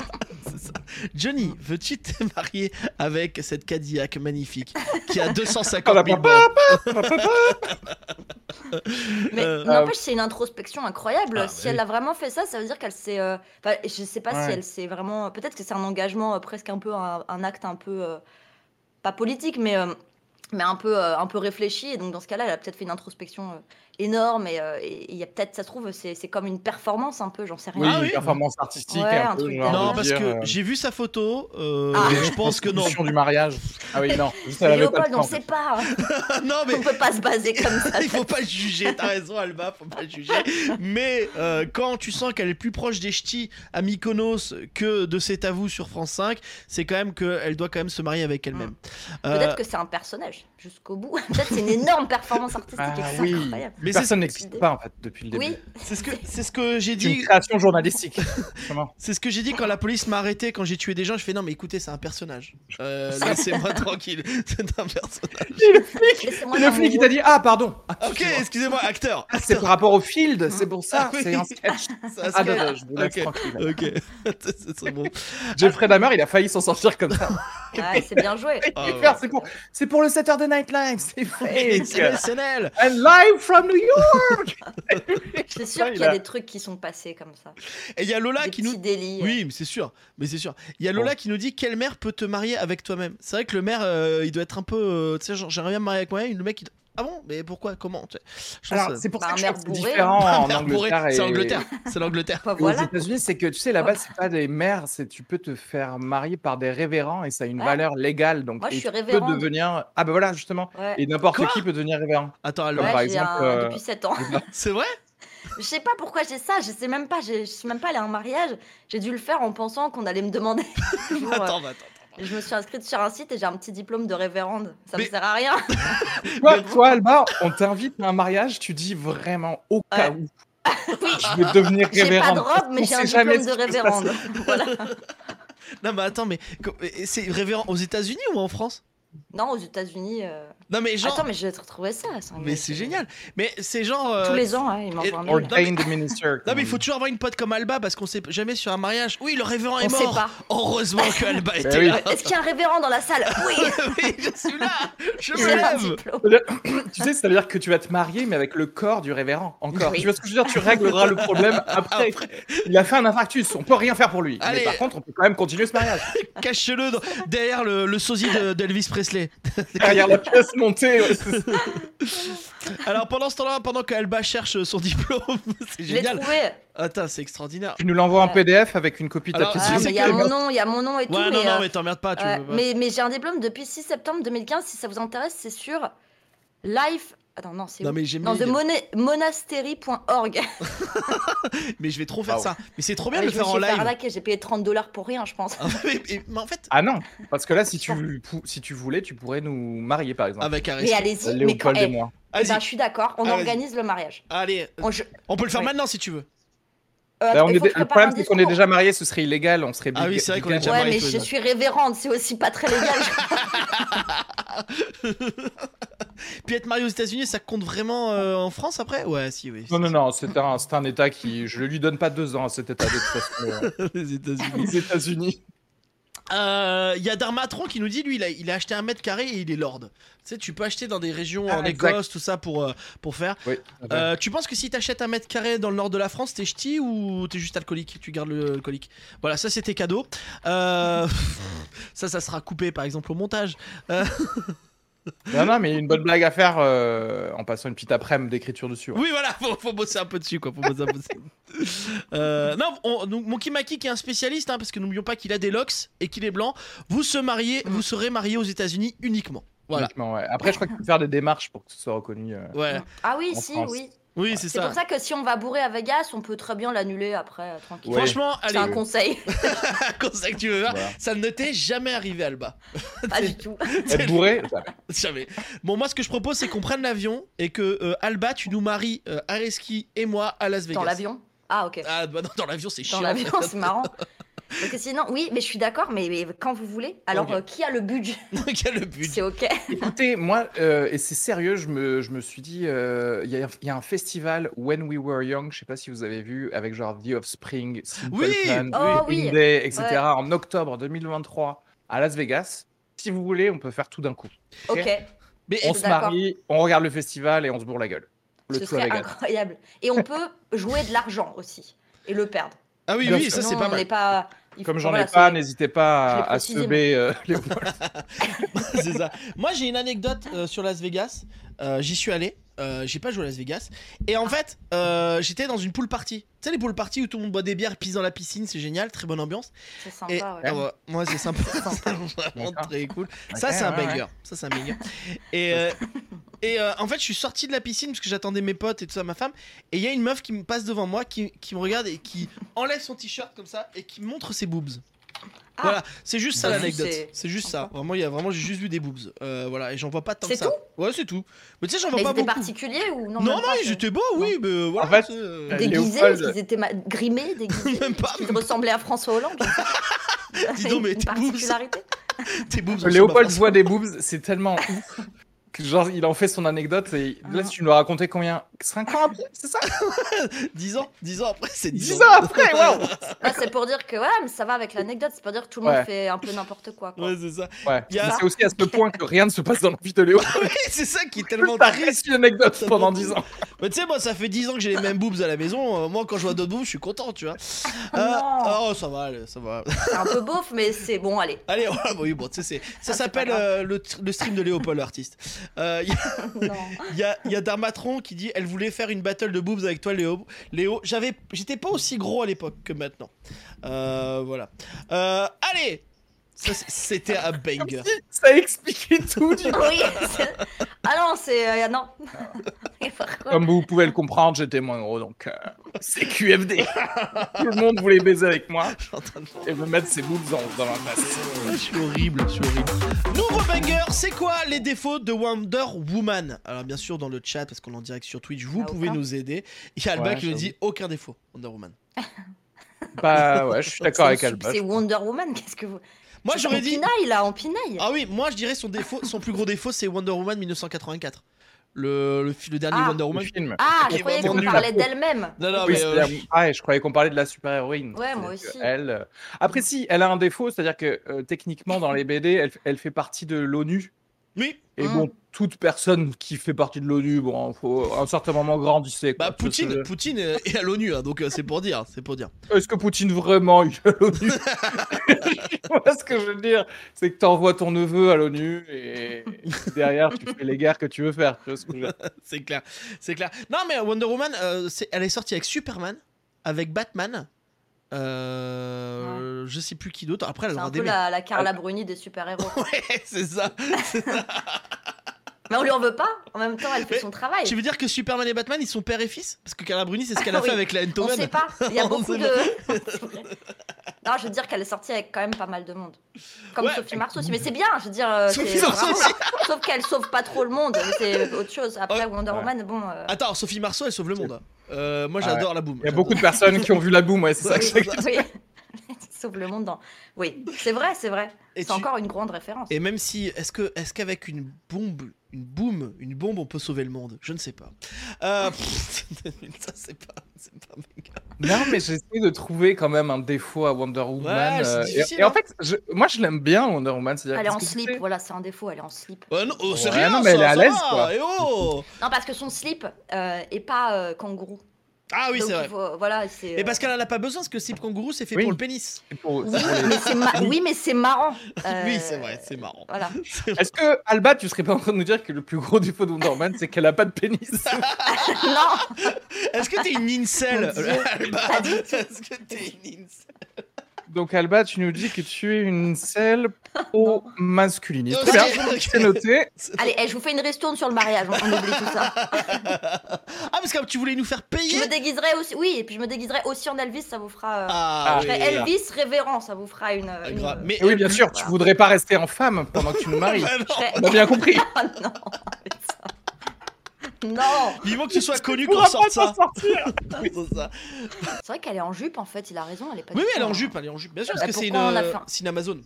[SPEAKER 2] c'est ça. Johnny, veux-tu te marier avec cette Cadillac magnifique qui a 250
[SPEAKER 1] Oh, la
[SPEAKER 2] 000
[SPEAKER 1] papa,
[SPEAKER 2] bornes
[SPEAKER 3] Mais
[SPEAKER 2] Euh,
[SPEAKER 3] n'empêche, c'est une introspection incroyable.
[SPEAKER 2] Ah,
[SPEAKER 3] si
[SPEAKER 2] bah
[SPEAKER 3] elle
[SPEAKER 2] oui.
[SPEAKER 3] a vraiment fait ça, ça veut dire qu'elle s'est. euh, enfin, je sais pas si
[SPEAKER 1] Ouais.
[SPEAKER 3] elle s'est vraiment. Peut-être que c'est un engagement euh, presque un peu un, un acte un peu euh, pas politique, mais euh, mais un peu euh, un peu réfléchi. Et donc dans ce cas-là, elle a peut-être fait une introspection euh, énorme. Et euh, et il y a peut-être, ça se trouve, c'est c'est comme une performance un peu. J'en sais
[SPEAKER 1] Oui,
[SPEAKER 3] rien.
[SPEAKER 2] Ah oui.
[SPEAKER 1] une performance artistique.
[SPEAKER 3] Ouais,
[SPEAKER 1] un
[SPEAKER 3] un
[SPEAKER 1] peu,
[SPEAKER 3] truc
[SPEAKER 1] genre,
[SPEAKER 2] Non,
[SPEAKER 1] de
[SPEAKER 2] parce
[SPEAKER 1] dire,
[SPEAKER 2] que
[SPEAKER 1] euh,
[SPEAKER 2] j'ai vu sa photo, euh,
[SPEAKER 3] Ah.
[SPEAKER 2] je pense que non.
[SPEAKER 1] construction du mariage. Ah oui, non. Juste elle
[SPEAKER 3] Mais
[SPEAKER 1] avait pas
[SPEAKER 3] Léopold,
[SPEAKER 1] de
[SPEAKER 3] on
[SPEAKER 1] plan.
[SPEAKER 3] sait pas. hein.
[SPEAKER 2] Ah, non, mais
[SPEAKER 3] On peut pas se baser comme ça.
[SPEAKER 2] il faut pas le juger, t'as raison Alba, faut pas le juger. Mais euh, quand tu sens qu'elle est plus proche des ch'tis à Mykonos que de cet avou sur France 5, c'est quand même qu'elle doit quand même se marier avec elle-même. Euh,
[SPEAKER 3] Ah. Peut-être que c'est un personnage jusqu'au bout. Peut-être c'est une énorme performance artistique.
[SPEAKER 1] Ah
[SPEAKER 3] et c'est
[SPEAKER 1] oui.
[SPEAKER 3] incroyable.
[SPEAKER 2] Mais c'est
[SPEAKER 1] Personne n'existe pas en fait depuis le début.
[SPEAKER 3] Oui,
[SPEAKER 2] Euh, c'est ce que, c'est ce que j'ai
[SPEAKER 1] C'est une
[SPEAKER 2] dit.
[SPEAKER 1] création journalistique. Comment
[SPEAKER 2] C'est ce que j'ai dit quand la police m'a arrêté, quand j'ai tué des gens. Je fais non, mais écoutez, c'est un personnage. Euh, Laissez-moi tranquille. C'est un personnage.
[SPEAKER 3] laissez-moi
[SPEAKER 1] Le
[SPEAKER 3] faire
[SPEAKER 1] flic
[SPEAKER 3] mon
[SPEAKER 1] il t'a dit ah pardon. Ah,
[SPEAKER 2] Ok,
[SPEAKER 1] excuse-moi.
[SPEAKER 2] excusez-moi, acteur.
[SPEAKER 1] Ah, c'est par rapport au field, c'est pour ça.
[SPEAKER 2] Ah oui.
[SPEAKER 1] C'est un sketch.
[SPEAKER 2] Ça,
[SPEAKER 1] Ah
[SPEAKER 2] c'est-
[SPEAKER 1] non, non, je vous laisse
[SPEAKER 2] Ok.
[SPEAKER 1] tranquille. Ah,
[SPEAKER 2] Ok, c'est très bon.
[SPEAKER 1] Euh, Jeffrey Dahmer, il a failli s'en sortir comme ça.
[SPEAKER 3] rôle. Ouais, c'est bien joué.
[SPEAKER 2] Ah ouais.
[SPEAKER 1] Super, c'est pour, c'est pour le Saturday Night Live, c'est fake.
[SPEAKER 2] SNL.
[SPEAKER 1] And live from New York.
[SPEAKER 3] C'est sûr
[SPEAKER 1] Ça,
[SPEAKER 3] qu'il
[SPEAKER 1] il
[SPEAKER 3] y a
[SPEAKER 1] a-
[SPEAKER 3] des trucs qui sont passés comme ça.
[SPEAKER 2] Et il y a Lola
[SPEAKER 3] des
[SPEAKER 2] qui
[SPEAKER 3] petits
[SPEAKER 2] nous.
[SPEAKER 3] délits. euh.
[SPEAKER 2] Oui, mais c'est sûr. Mais c'est sûr. Il y a Lola qui nous dit quelle mère peut te marier avec toi-même. C'est vrai que le maire, euh, il doit être un peu. euh, tu sais, genre, j'aimerais bien me marier avec moi-même. Le mec, il. Ah bon Mais pourquoi Comment tu sais. Je pense,
[SPEAKER 1] Alors,
[SPEAKER 2] euh,
[SPEAKER 1] c'est pour
[SPEAKER 3] Bah,
[SPEAKER 1] ça que je
[SPEAKER 3] un
[SPEAKER 1] trouve que
[SPEAKER 3] maire
[SPEAKER 1] c'est
[SPEAKER 3] bourré.
[SPEAKER 1] différent en
[SPEAKER 2] mère bourrée,
[SPEAKER 1] Angleterre.
[SPEAKER 2] C'est
[SPEAKER 1] et-
[SPEAKER 2] l'Angleterre. C'est l'Angleterre.
[SPEAKER 3] Bah,
[SPEAKER 1] et Aux
[SPEAKER 3] voilà.
[SPEAKER 1] États-Unis, c'est que tu sais, là-bas, c'est pas des mères, c'est tu peux te faire marier par des révérends et ça a une
[SPEAKER 3] Ouais.
[SPEAKER 1] valeur légale. Donc,
[SPEAKER 3] Moi, je
[SPEAKER 1] et
[SPEAKER 3] suis
[SPEAKER 1] tu peux
[SPEAKER 3] révérende.
[SPEAKER 1] devenir. Ah, ben voilà, justement.
[SPEAKER 3] Ouais.
[SPEAKER 1] Et n'importe
[SPEAKER 2] Quoi
[SPEAKER 1] qui peut devenir révérend.
[SPEAKER 2] Attends, elle-
[SPEAKER 1] Comme
[SPEAKER 3] Ouais,
[SPEAKER 1] par
[SPEAKER 3] j'ai
[SPEAKER 1] exemple,
[SPEAKER 3] un-
[SPEAKER 1] euh,
[SPEAKER 3] depuis 7 ans.
[SPEAKER 2] c'est vrai
[SPEAKER 3] Je sais pas pourquoi j'ai ça, je sais même pas, je je suis même pas allée à un mariage. J'ai dû le faire en pensant qu'on allait me demander. Toujours, euh,
[SPEAKER 2] Attends, bah, attends.
[SPEAKER 3] je me suis inscrite sur un site et j'ai un petit diplôme de révérende. Ça
[SPEAKER 2] Mais-
[SPEAKER 3] me sert à rien.
[SPEAKER 1] Toi, toi, Alba, on t'invite à un mariage, tu dis vraiment au cas où. Je veux devenir
[SPEAKER 3] J'ai pas
[SPEAKER 1] révérend.
[SPEAKER 3] de robe, mais
[SPEAKER 1] On
[SPEAKER 3] j'ai
[SPEAKER 1] sait
[SPEAKER 3] un
[SPEAKER 1] jamais
[SPEAKER 3] diplôme de
[SPEAKER 1] ce qui peut se
[SPEAKER 3] révérende.
[SPEAKER 1] passer.
[SPEAKER 3] Voilà.
[SPEAKER 2] Non, mais attends, mais co- et c'est révérend aux États-Unis ou en France
[SPEAKER 3] Non, aux États-Unis. euh,
[SPEAKER 2] Non, mais genre.
[SPEAKER 3] Attends, mais je vais te retrouver ça. un
[SPEAKER 2] mais
[SPEAKER 3] gars,
[SPEAKER 2] c'est génial. Mais c'est genre. euh,
[SPEAKER 3] Tous les ans, hein, il
[SPEAKER 2] et-
[SPEAKER 3] m'envoie un mail.
[SPEAKER 1] Ordained minister.
[SPEAKER 2] Non,
[SPEAKER 1] comme
[SPEAKER 2] mais il
[SPEAKER 1] on
[SPEAKER 2] faut
[SPEAKER 1] dit.
[SPEAKER 2] toujours avoir une pote comme Alba parce qu'on sait jamais sur un mariage. Oui, le révérend est
[SPEAKER 3] On sait
[SPEAKER 2] mort.
[SPEAKER 3] pas.
[SPEAKER 2] Heureusement que Alba était
[SPEAKER 1] Ben oui.
[SPEAKER 2] là.
[SPEAKER 3] Est-ce qu'il y a un révérend dans la salle Oui,
[SPEAKER 2] oui, je suis là. Je me
[SPEAKER 3] j'ai un
[SPEAKER 2] lève.
[SPEAKER 3] diplôme.
[SPEAKER 1] Tu sais, ça veut dire que tu vas te marier, mais avec le corps du révérend. Encore.
[SPEAKER 3] Oui.
[SPEAKER 1] Tu vois ce que je veux dire Tu régleras le problème après. Il a fait un infarctus, on peut rien faire pour lui.
[SPEAKER 2] Allez.
[SPEAKER 1] Mais par contre, on peut quand même continuer ce mariage.
[SPEAKER 2] Cache-le dans- derrière le, le sosie de- d'Elvis Presley.
[SPEAKER 1] Derrière la pièce montée. ouais, c'est-
[SPEAKER 2] Alors pendant ce temps-là, pendant qu'Alba cherche son diplôme, c'est
[SPEAKER 3] Je l'ai
[SPEAKER 2] génial.
[SPEAKER 3] trouvé.
[SPEAKER 2] Attends, c'est extraordinaire.
[SPEAKER 1] tu nous l'envoies en
[SPEAKER 3] Ouais.
[SPEAKER 1] PDF avec une copie de ta
[SPEAKER 2] Alors,
[SPEAKER 1] pièce.
[SPEAKER 2] c'est
[SPEAKER 3] Ah, mais il y a
[SPEAKER 2] que-
[SPEAKER 3] mon nom, il y a mon nom et tout.
[SPEAKER 2] Ouais,
[SPEAKER 3] mais,
[SPEAKER 2] non, non,
[SPEAKER 3] euh,
[SPEAKER 2] mais t'emmerdes pas. Tu
[SPEAKER 3] ouais,
[SPEAKER 2] veux pas.
[SPEAKER 3] mais, mais j'ai un diplôme depuis 6 septembre 2015. Si ça vous intéresse, c'est sur Life. Attends, non, c'est
[SPEAKER 2] Non,
[SPEAKER 3] où
[SPEAKER 2] mais j'ai
[SPEAKER 3] Non,
[SPEAKER 2] mis-
[SPEAKER 3] de moné- monastery.org.
[SPEAKER 2] Mais je vais trop faire
[SPEAKER 1] Ah ouais.
[SPEAKER 2] ça. Mais c'est trop bien
[SPEAKER 3] Ouais,
[SPEAKER 2] de le
[SPEAKER 3] je me
[SPEAKER 2] faire en
[SPEAKER 3] suis fait
[SPEAKER 2] live.
[SPEAKER 3] arnaquer, J'ai payé 30 dollars pour rien, je pense.
[SPEAKER 2] Ah, mais, mais- mais en fait,
[SPEAKER 1] Ah non, parce que là, si tu, pou- si tu voulais, tu pourrais nous marier, par exemple.
[SPEAKER 2] avec Harris.
[SPEAKER 3] Mais allez-y, Ah, mais quand
[SPEAKER 1] Léopold et
[SPEAKER 3] eh,
[SPEAKER 1] moi.
[SPEAKER 3] eh ben,
[SPEAKER 2] Vas-y,
[SPEAKER 3] je suis d'accord, on
[SPEAKER 2] Allez-y.
[SPEAKER 3] organise le mariage.
[SPEAKER 2] allez.
[SPEAKER 3] On, je- euh,
[SPEAKER 2] On peut le faire
[SPEAKER 3] Ouais.
[SPEAKER 2] maintenant si tu veux.
[SPEAKER 1] Bah,
[SPEAKER 3] attends,
[SPEAKER 1] on
[SPEAKER 3] il
[SPEAKER 1] est
[SPEAKER 3] faut que
[SPEAKER 1] dé-
[SPEAKER 3] je
[SPEAKER 1] Le
[SPEAKER 3] prépare un
[SPEAKER 1] problème, c'est qu'on est
[SPEAKER 3] discours.
[SPEAKER 1] déjà mariés, ce serait illégal, on serait
[SPEAKER 2] Ah
[SPEAKER 1] big-
[SPEAKER 2] oui, c'est vrai qu'on est
[SPEAKER 1] big-
[SPEAKER 2] déjà
[SPEAKER 3] Ouais,
[SPEAKER 2] mariés,
[SPEAKER 3] mais
[SPEAKER 2] toi,
[SPEAKER 3] je
[SPEAKER 2] déjà.
[SPEAKER 3] suis révérende, c'est aussi pas très légal.
[SPEAKER 2] Puis être marié aux États-Unis, ça compte vraiment euh, en France après Ouais, si, oui.
[SPEAKER 1] Non, non, non, c'est un, c'est un état qui. Je ne lui donne pas deux ans à cet état de toute façon. euh,
[SPEAKER 2] Les États-Unis.
[SPEAKER 1] Les États-Unis.
[SPEAKER 2] Euh, Il y a Darmatron qui nous dit lui, il a, il a acheté un mètre carré et il est lord. Tu sais, tu peux acheter dans des régions
[SPEAKER 1] Ah,
[SPEAKER 2] en
[SPEAKER 1] exact. Eh ben.
[SPEAKER 2] Écosse, tout ça pour, euh, pour faire.
[SPEAKER 1] Oui.
[SPEAKER 2] Euh, tu penses que si t'achètes un mètre carré dans le nord de la France, t'es ch'ti ou t'es juste alcoolique Tu gardes le alcoolique. Voilà, ça c'était cadeau. Euh, ça, ça sera coupé par exemple au montage.
[SPEAKER 1] Non, non, mais une bonne blague à faire euh, en passant une petite après-midi d'écriture dessus. ouais.
[SPEAKER 2] Oui, voilà, faut, faut bosser un peu dessus quoi. Faut bosser un peu dessus. Euh, non, on, donc Monkey Maki qui est un spécialiste, hein, parce que n'oublions pas qu'il a des locks et qu'il est blanc. Vous se mariez, vous serez marié aux États-Unis uniquement. Voilà.
[SPEAKER 1] Uniquement, ouais. Après, je crois qu'il faut faire des démarches pour que ce soit reconnu. euh.
[SPEAKER 2] Ouais.
[SPEAKER 3] Ah oui,
[SPEAKER 1] En
[SPEAKER 3] si,
[SPEAKER 1] France.
[SPEAKER 3] oui.
[SPEAKER 2] Oui, c'est
[SPEAKER 3] C'est
[SPEAKER 2] ça.
[SPEAKER 3] pour ça que si on va bourrer à Vegas, on peut très bien l'annuler après, euh, tranquille.
[SPEAKER 1] Ouais.
[SPEAKER 2] Franchement,
[SPEAKER 3] C'est
[SPEAKER 2] allez,
[SPEAKER 3] un conseil,
[SPEAKER 2] comme ça que tu veux faire,
[SPEAKER 1] Voilà.
[SPEAKER 2] ça ne t'est jamais arrivé, Alba.
[SPEAKER 3] pas du tout.
[SPEAKER 1] Être bourré,
[SPEAKER 2] Jamais. Bon, moi, ce que je propose, c'est qu'on prenne l'avion et que euh, Alba, tu nous maries euh, Areski et moi à Las Vegas.
[SPEAKER 3] Dans l'avion Ah, ok.
[SPEAKER 2] Ah, bah non, dans l'avion, c'est chiant.
[SPEAKER 3] Dans l'avion, c'est marrant. Parce que sinon, oui, mais je suis d'accord, mais, mais quand vous voulez. Alors,
[SPEAKER 2] Ok.
[SPEAKER 3] euh, qui a le budget
[SPEAKER 2] Donc, il y a le but.
[SPEAKER 3] C'est ok.
[SPEAKER 1] Écoutez, moi, euh, et c'est sérieux, je me, je me suis dit, euh, il y, a- il y a un festival When We Were Young, je sais pas si vous avez vu, avec genre The Offspring, Simple
[SPEAKER 2] Oui
[SPEAKER 1] Plan,
[SPEAKER 3] Oh oui.
[SPEAKER 1] Green Day, etc.
[SPEAKER 3] Ouais.
[SPEAKER 1] en octobre 2023 à Las Vegas. Si vous voulez, on peut faire tout d'un coup.
[SPEAKER 3] Ok.
[SPEAKER 2] Mais
[SPEAKER 1] On
[SPEAKER 3] suis
[SPEAKER 1] se
[SPEAKER 3] d'accord.
[SPEAKER 1] marie, on regarde le festival et on se bourre la gueule. Le
[SPEAKER 3] Ce
[SPEAKER 1] tout à
[SPEAKER 3] serait
[SPEAKER 1] Vegas.
[SPEAKER 3] incroyable. Et on peut jouer de l'argent aussi et le perdre.
[SPEAKER 2] Ah oui,
[SPEAKER 1] Bien
[SPEAKER 2] oui,
[SPEAKER 1] sûr.
[SPEAKER 2] ça, c'est
[SPEAKER 3] Sinon,
[SPEAKER 2] pas
[SPEAKER 3] on n'est
[SPEAKER 2] mal.
[SPEAKER 3] pas. il
[SPEAKER 1] Comme
[SPEAKER 3] faut-
[SPEAKER 1] j'en
[SPEAKER 3] voilà,
[SPEAKER 1] ai pas,
[SPEAKER 3] c'est-
[SPEAKER 1] n'hésitez pas
[SPEAKER 3] je l'ai
[SPEAKER 1] à, à
[SPEAKER 3] précisé,
[SPEAKER 1] semer euh, les
[SPEAKER 2] c'est ça. Moi, j'ai une anecdote euh, sur Las Vegas. Euh, J'y suis allé. euh, j'ai pas joué à Las Vegas et en fait euh, j'étais dans une pool party tu sais les pool party où tout le monde boit des bières pisse dans la piscine c'est génial très bonne ambiance
[SPEAKER 3] C'est sympa.
[SPEAKER 2] Et-
[SPEAKER 3] ouais.
[SPEAKER 2] ah ouais, moi c'est sympa, c'est vraiment
[SPEAKER 1] D'accord.
[SPEAKER 2] très cool. Ça
[SPEAKER 1] Ok,
[SPEAKER 2] c'est un
[SPEAKER 1] ouais, ouais.
[SPEAKER 2] banger, ça c'est un banger. Et, euh, et euh, en fait je suis sorti de la piscine parce que j'attendais mes potes et tout ça, ma femme. Et il y a une meuf qui me passe devant moi, qui, qui me regarde et qui enlève son t-shirt comme ça et qui me montre ses boobs.
[SPEAKER 3] Ah.
[SPEAKER 2] Voilà, c'est juste ça
[SPEAKER 3] Bah,
[SPEAKER 2] l'anecdote.
[SPEAKER 3] c'est-
[SPEAKER 2] C'est juste ça.
[SPEAKER 3] Encore.
[SPEAKER 2] Vraiment, il y a vraiment, j'ai juste vu des boobs. Euh, voilà, et j'en vois pas tant que
[SPEAKER 3] C'est
[SPEAKER 2] ça. ouais, c'est tout. Mais tu sais, j'en vois
[SPEAKER 3] Mais ils
[SPEAKER 2] pas
[SPEAKER 3] étaient
[SPEAKER 2] beaucoup.
[SPEAKER 3] particuliers ou
[SPEAKER 2] non,
[SPEAKER 3] non même
[SPEAKER 2] non,
[SPEAKER 3] pas,
[SPEAKER 2] ils
[SPEAKER 3] c'est-
[SPEAKER 2] étaient beaux, oui, mais euh, voilà.
[SPEAKER 1] En fait,
[SPEAKER 2] c'est, euh,
[SPEAKER 1] t'as-
[SPEAKER 3] Déguisés
[SPEAKER 1] Léopold.
[SPEAKER 3] Est-ce qu'ils étaient ma- grimés Déguisés
[SPEAKER 2] Même pas.
[SPEAKER 3] Est-ce qu'ils ressemblaient à François Hollande
[SPEAKER 2] Dis donc, mais
[SPEAKER 3] Une
[SPEAKER 2] tes boobs.
[SPEAKER 3] particularité
[SPEAKER 2] tes boobs. elles sont
[SPEAKER 1] Léopold
[SPEAKER 2] pas
[SPEAKER 1] voit des boobs, c'est tellement ouf. que Genre, il en fait son anecdote et là, tu nous l'as raconté combien 5 ans après, c'est ça
[SPEAKER 2] 10 ans, 10 ans après, c'est 10
[SPEAKER 1] 10
[SPEAKER 2] ans.
[SPEAKER 1] ans après, waouh
[SPEAKER 3] Ah, C'est pour dire que ouais, mais ça va avec l'anecdote. C'est pour dire que tout le monde
[SPEAKER 1] Ouais.
[SPEAKER 3] fait un peu n'importe quoi. quoi.
[SPEAKER 2] Ouais, c'est ça.
[SPEAKER 1] Ouais,
[SPEAKER 2] Il y a-
[SPEAKER 1] mais c'est aussi à ce point que rien ne se passe dans la vie de Léo.
[SPEAKER 2] Oui, c'est ça qui est tellement
[SPEAKER 1] T'as
[SPEAKER 2] triste.
[SPEAKER 1] réussi l'anecdote pendant 10 ans.
[SPEAKER 2] Mais tu sais, moi, ça fait 10 ans que j'ai les mêmes boobs à la maison. Euh, moi, quand je vois d'autres boobs, je suis content, tu vois. Euh,
[SPEAKER 3] Ah Non.
[SPEAKER 2] oh, ça va, allez, ça va.
[SPEAKER 3] C'est un peu beauf, mais c'est bon, allez.
[SPEAKER 2] Allez, voilà, bon, oui, bon, tu sais, c'est- ça
[SPEAKER 3] Ah, c'est
[SPEAKER 2] s'appelle
[SPEAKER 3] pas grave.
[SPEAKER 2] euh, le, tr- le stream de Léopold, l'artiste. Euh, Il y a-
[SPEAKER 3] Non.
[SPEAKER 2] il y, a, il y a Darmatron qui dit elle voulait faire une battle de boobs avec toi, Léo. Léo, j'avais, j'étais pas aussi gros à l'époque que maintenant. Euh, voilà. Euh, allez Ça, c- C'était un banger.
[SPEAKER 1] Ça expliquait tout du
[SPEAKER 3] Oui, c'est- ah non, c'est. euh, non.
[SPEAKER 1] Ah.
[SPEAKER 3] Et par quoi
[SPEAKER 1] Comme vous pouvez le comprendre, j'étais moins gros, donc euh, c'est QFD. Tout le monde voulait baiser avec moi
[SPEAKER 2] Je suis en train de-
[SPEAKER 1] et me mettre ses boules dans, dans ma face.
[SPEAKER 2] Je suis horrible, je suis horrible. Nouveau banger, c'est quoi les défauts de Wonder Woman Alors bien sûr dans le chat parce qu'on est en direct sur Twitch, vous
[SPEAKER 3] Ah,
[SPEAKER 2] pouvez
[SPEAKER 3] aucun.
[SPEAKER 2] nous aider. Il y a Alba
[SPEAKER 1] Ouais,
[SPEAKER 2] qui nous
[SPEAKER 1] j'avoue.
[SPEAKER 2] dit aucun défaut Wonder Woman.
[SPEAKER 1] Bah ouais, je suis d'accord avec
[SPEAKER 3] C'est-
[SPEAKER 1] Alba.
[SPEAKER 3] C'est Wonder Woman, qu'est-ce que vous.
[SPEAKER 2] Moi j'aurais dit
[SPEAKER 3] En pinaille, là, en pinaille.
[SPEAKER 2] Ah oui, moi je dirais son défaut, son plus gros défaut c'est Wonder Woman 1984. Le le, fi- le dernier
[SPEAKER 3] Ah.
[SPEAKER 2] Wonder
[SPEAKER 1] Le
[SPEAKER 2] Woman.
[SPEAKER 1] film.
[SPEAKER 3] Ah,
[SPEAKER 2] Ok,
[SPEAKER 3] je croyais
[SPEAKER 2] vraiment
[SPEAKER 3] qu'on
[SPEAKER 2] nul, la
[SPEAKER 3] parlait
[SPEAKER 1] peau.
[SPEAKER 3] d'elle-même.
[SPEAKER 2] Non non
[SPEAKER 1] Oui,
[SPEAKER 2] mais
[SPEAKER 1] c'est
[SPEAKER 2] euh,
[SPEAKER 1] la- ah, je croyais qu'on parlait de la super-héroïne.
[SPEAKER 3] Ouais, moi
[SPEAKER 1] C'est-à-dire
[SPEAKER 3] aussi.
[SPEAKER 1] que Elle... euh, Après, si, elle a un défaut, c'est-à-dire que euh, techniquement, dans les BD, elle, elle fait partie de l'ONU.
[SPEAKER 2] oui,
[SPEAKER 1] Et
[SPEAKER 3] Mm.
[SPEAKER 1] bon, toute personne qui fait partie de l'ONU, bon, hein, faut à un certain moment grandissait. quoi.
[SPEAKER 2] bah Poutine, Poutine euh, est à l'ONU hein, donc euh, c'est pour dire, c'est pour dire.
[SPEAKER 1] Est-ce que Poutine vraiment il est à l'ONU Moi, ce que je veux dire, c'est que t'envoies ton neveu à l'ONU et derrière, tu fais les guerres que tu veux faire. Tu vois ce que je veux dire
[SPEAKER 2] C'est clair, c'est clair. Non, mais Wonder Woman, euh, c'est- elle est sortie avec Superman, avec Batman. Euh, Je sais plus qui d'autre. Après, elle
[SPEAKER 3] C'est
[SPEAKER 2] aura
[SPEAKER 3] un
[SPEAKER 2] des
[SPEAKER 3] peu
[SPEAKER 2] mecs.
[SPEAKER 3] la, la Carla Bruni des super-héros.
[SPEAKER 2] Ouais, c'est ça.
[SPEAKER 3] Mais on lui en veut pas. En même temps, elle fait
[SPEAKER 2] Mais
[SPEAKER 3] son travail.
[SPEAKER 2] Tu veux dire que Superman et Batman, ils sont père et fils Parce que Carla Bruni, c'est ce qu'elle a
[SPEAKER 3] Ah
[SPEAKER 2] fait
[SPEAKER 3] oui.
[SPEAKER 2] avec la
[SPEAKER 3] On
[SPEAKER 2] Entomen.
[SPEAKER 3] sait pas. Il y a
[SPEAKER 2] On
[SPEAKER 3] beaucoup
[SPEAKER 2] sait
[SPEAKER 3] de. non, je veux dire qu'elle est sortie avec quand même pas mal de monde. Comme
[SPEAKER 2] Ouais.
[SPEAKER 3] Sophie Marceau aussi. Mais c'est bien, je veux dire. euh,
[SPEAKER 2] Sophie
[SPEAKER 3] c'est
[SPEAKER 2] Marceau
[SPEAKER 3] bravo.
[SPEAKER 2] aussi.
[SPEAKER 3] Sauf qu'elle sauve pas trop le monde. mais C'est autre chose. Après, Wonder
[SPEAKER 1] Ouais.
[SPEAKER 3] Woman, bon. euh,
[SPEAKER 2] Attends, Sophie Marceau, elle sauve le monde. hein. Euh, moi,
[SPEAKER 1] Ah ouais.
[SPEAKER 2] j'adore la boum.
[SPEAKER 1] Il y a beaucoup de personnes qui ont vu la boum, ouais, c'est ça que
[SPEAKER 3] oui,
[SPEAKER 1] je veux dire.
[SPEAKER 3] oui. sauve le monde dans. Oui, c'est vrai, c'est vrai.
[SPEAKER 2] Et,
[SPEAKER 3] C'est
[SPEAKER 2] tu-
[SPEAKER 3] encore une grande référence.
[SPEAKER 2] et même si, est-ce que, est-ce qu'avec une bombe, une boum, une bombe, on peut sauver le monde Je ne sais pas. Euh, pff, ça, c'est pas, c'est pas méga.
[SPEAKER 1] Non, mais j'essaie de trouver quand même un défaut à Wonder Woman.
[SPEAKER 2] c'est
[SPEAKER 1] euh, et-
[SPEAKER 2] difficile,
[SPEAKER 1] et, en
[SPEAKER 2] hein.
[SPEAKER 1] fait, je- moi, je l'aime bien, Wonder Woman. c'est-à-dire
[SPEAKER 3] Elle est
[SPEAKER 1] qu'est-ce
[SPEAKER 3] en
[SPEAKER 1] que tu
[SPEAKER 3] slip,
[SPEAKER 1] sais
[SPEAKER 3] voilà, c'est un défaut, elle est en slip.
[SPEAKER 2] Ouais, non, oh, c'est
[SPEAKER 1] Ouais,
[SPEAKER 2] rien,
[SPEAKER 1] non, mais
[SPEAKER 2] ça,
[SPEAKER 1] elle est à
[SPEAKER 2] ça
[SPEAKER 1] l'aise,
[SPEAKER 2] va,
[SPEAKER 1] quoi.
[SPEAKER 2] eh oh
[SPEAKER 3] Non, parce que son slip euh, est pas euh, kangourou.
[SPEAKER 2] Ah oui,
[SPEAKER 3] Donc,
[SPEAKER 2] c'est
[SPEAKER 3] il
[SPEAKER 2] vrai.
[SPEAKER 3] faut- voilà, c'est.
[SPEAKER 2] Mais
[SPEAKER 3] euh,
[SPEAKER 2] parce qu'elle en a pas besoin, parce que slip kangourou, c'est fait
[SPEAKER 1] Oui.
[SPEAKER 2] pour le pénis.
[SPEAKER 1] C'est pour-
[SPEAKER 3] Oui,
[SPEAKER 1] c'est pour les-
[SPEAKER 3] mais c'est ma- oui, mais c'est marrant.
[SPEAKER 2] Oui,
[SPEAKER 3] Euh,
[SPEAKER 2] c'est vrai, c'est marrant.
[SPEAKER 3] Voilà.
[SPEAKER 1] Est-ce que, Alba, tu serais pas en train de nous dire que le plus gros défaut de Wonder Woman, c'est qu'elle a pas de pénis
[SPEAKER 3] non,
[SPEAKER 2] Est-ce que t'es une incel
[SPEAKER 3] Mon Dieu,
[SPEAKER 2] Alba
[SPEAKER 3] pas du tout.
[SPEAKER 2] Est-ce que t'es une incel
[SPEAKER 1] Donc, Alba, tu nous dis que tu es une selle pro-masculiniste.
[SPEAKER 2] Ok,
[SPEAKER 1] Très bien,
[SPEAKER 2] ok.
[SPEAKER 1] c'est noté.
[SPEAKER 3] allez, eh, je vous fais une ristourne sur le mariage, on, on oublie tout ça.
[SPEAKER 2] Ah, parce que tu voulais nous faire
[SPEAKER 3] Je
[SPEAKER 2] payer
[SPEAKER 3] me déguiserai aussi, oui, et puis je me déguiserai aussi en Elvis, ça vous fera. euh,
[SPEAKER 2] Ah,
[SPEAKER 3] je
[SPEAKER 2] oui.
[SPEAKER 3] ferai Elvis révérend, ça vous fera une.
[SPEAKER 2] Ah,
[SPEAKER 3] une- Ah,
[SPEAKER 2] grave. Mais
[SPEAKER 1] Et oui, bien sûr, tu voudrais pas rester en femme pendant que tu nous maries.
[SPEAKER 2] Ah, non.
[SPEAKER 3] je ferai-
[SPEAKER 1] On a bien compris.
[SPEAKER 3] Ah, non, putain. Non,
[SPEAKER 2] Vivement que tu sois connu
[SPEAKER 1] Tu
[SPEAKER 2] qu'on
[SPEAKER 1] pourras pas
[SPEAKER 2] sorte
[SPEAKER 1] t'en
[SPEAKER 2] ça.
[SPEAKER 1] sortir.
[SPEAKER 2] C'est ça.
[SPEAKER 3] c'est vrai qu'elle est en jupe en fait, il a raison, elle est pas.
[SPEAKER 2] Oui,
[SPEAKER 3] du
[SPEAKER 2] oui,
[SPEAKER 3] tout
[SPEAKER 2] elle est en jupe, elle est en jupe. Bien sûr,
[SPEAKER 3] Bah,
[SPEAKER 2] parce que c'est une,
[SPEAKER 3] pourquoi on a
[SPEAKER 2] euh,
[SPEAKER 3] fait un-
[SPEAKER 2] c'est une Amazon.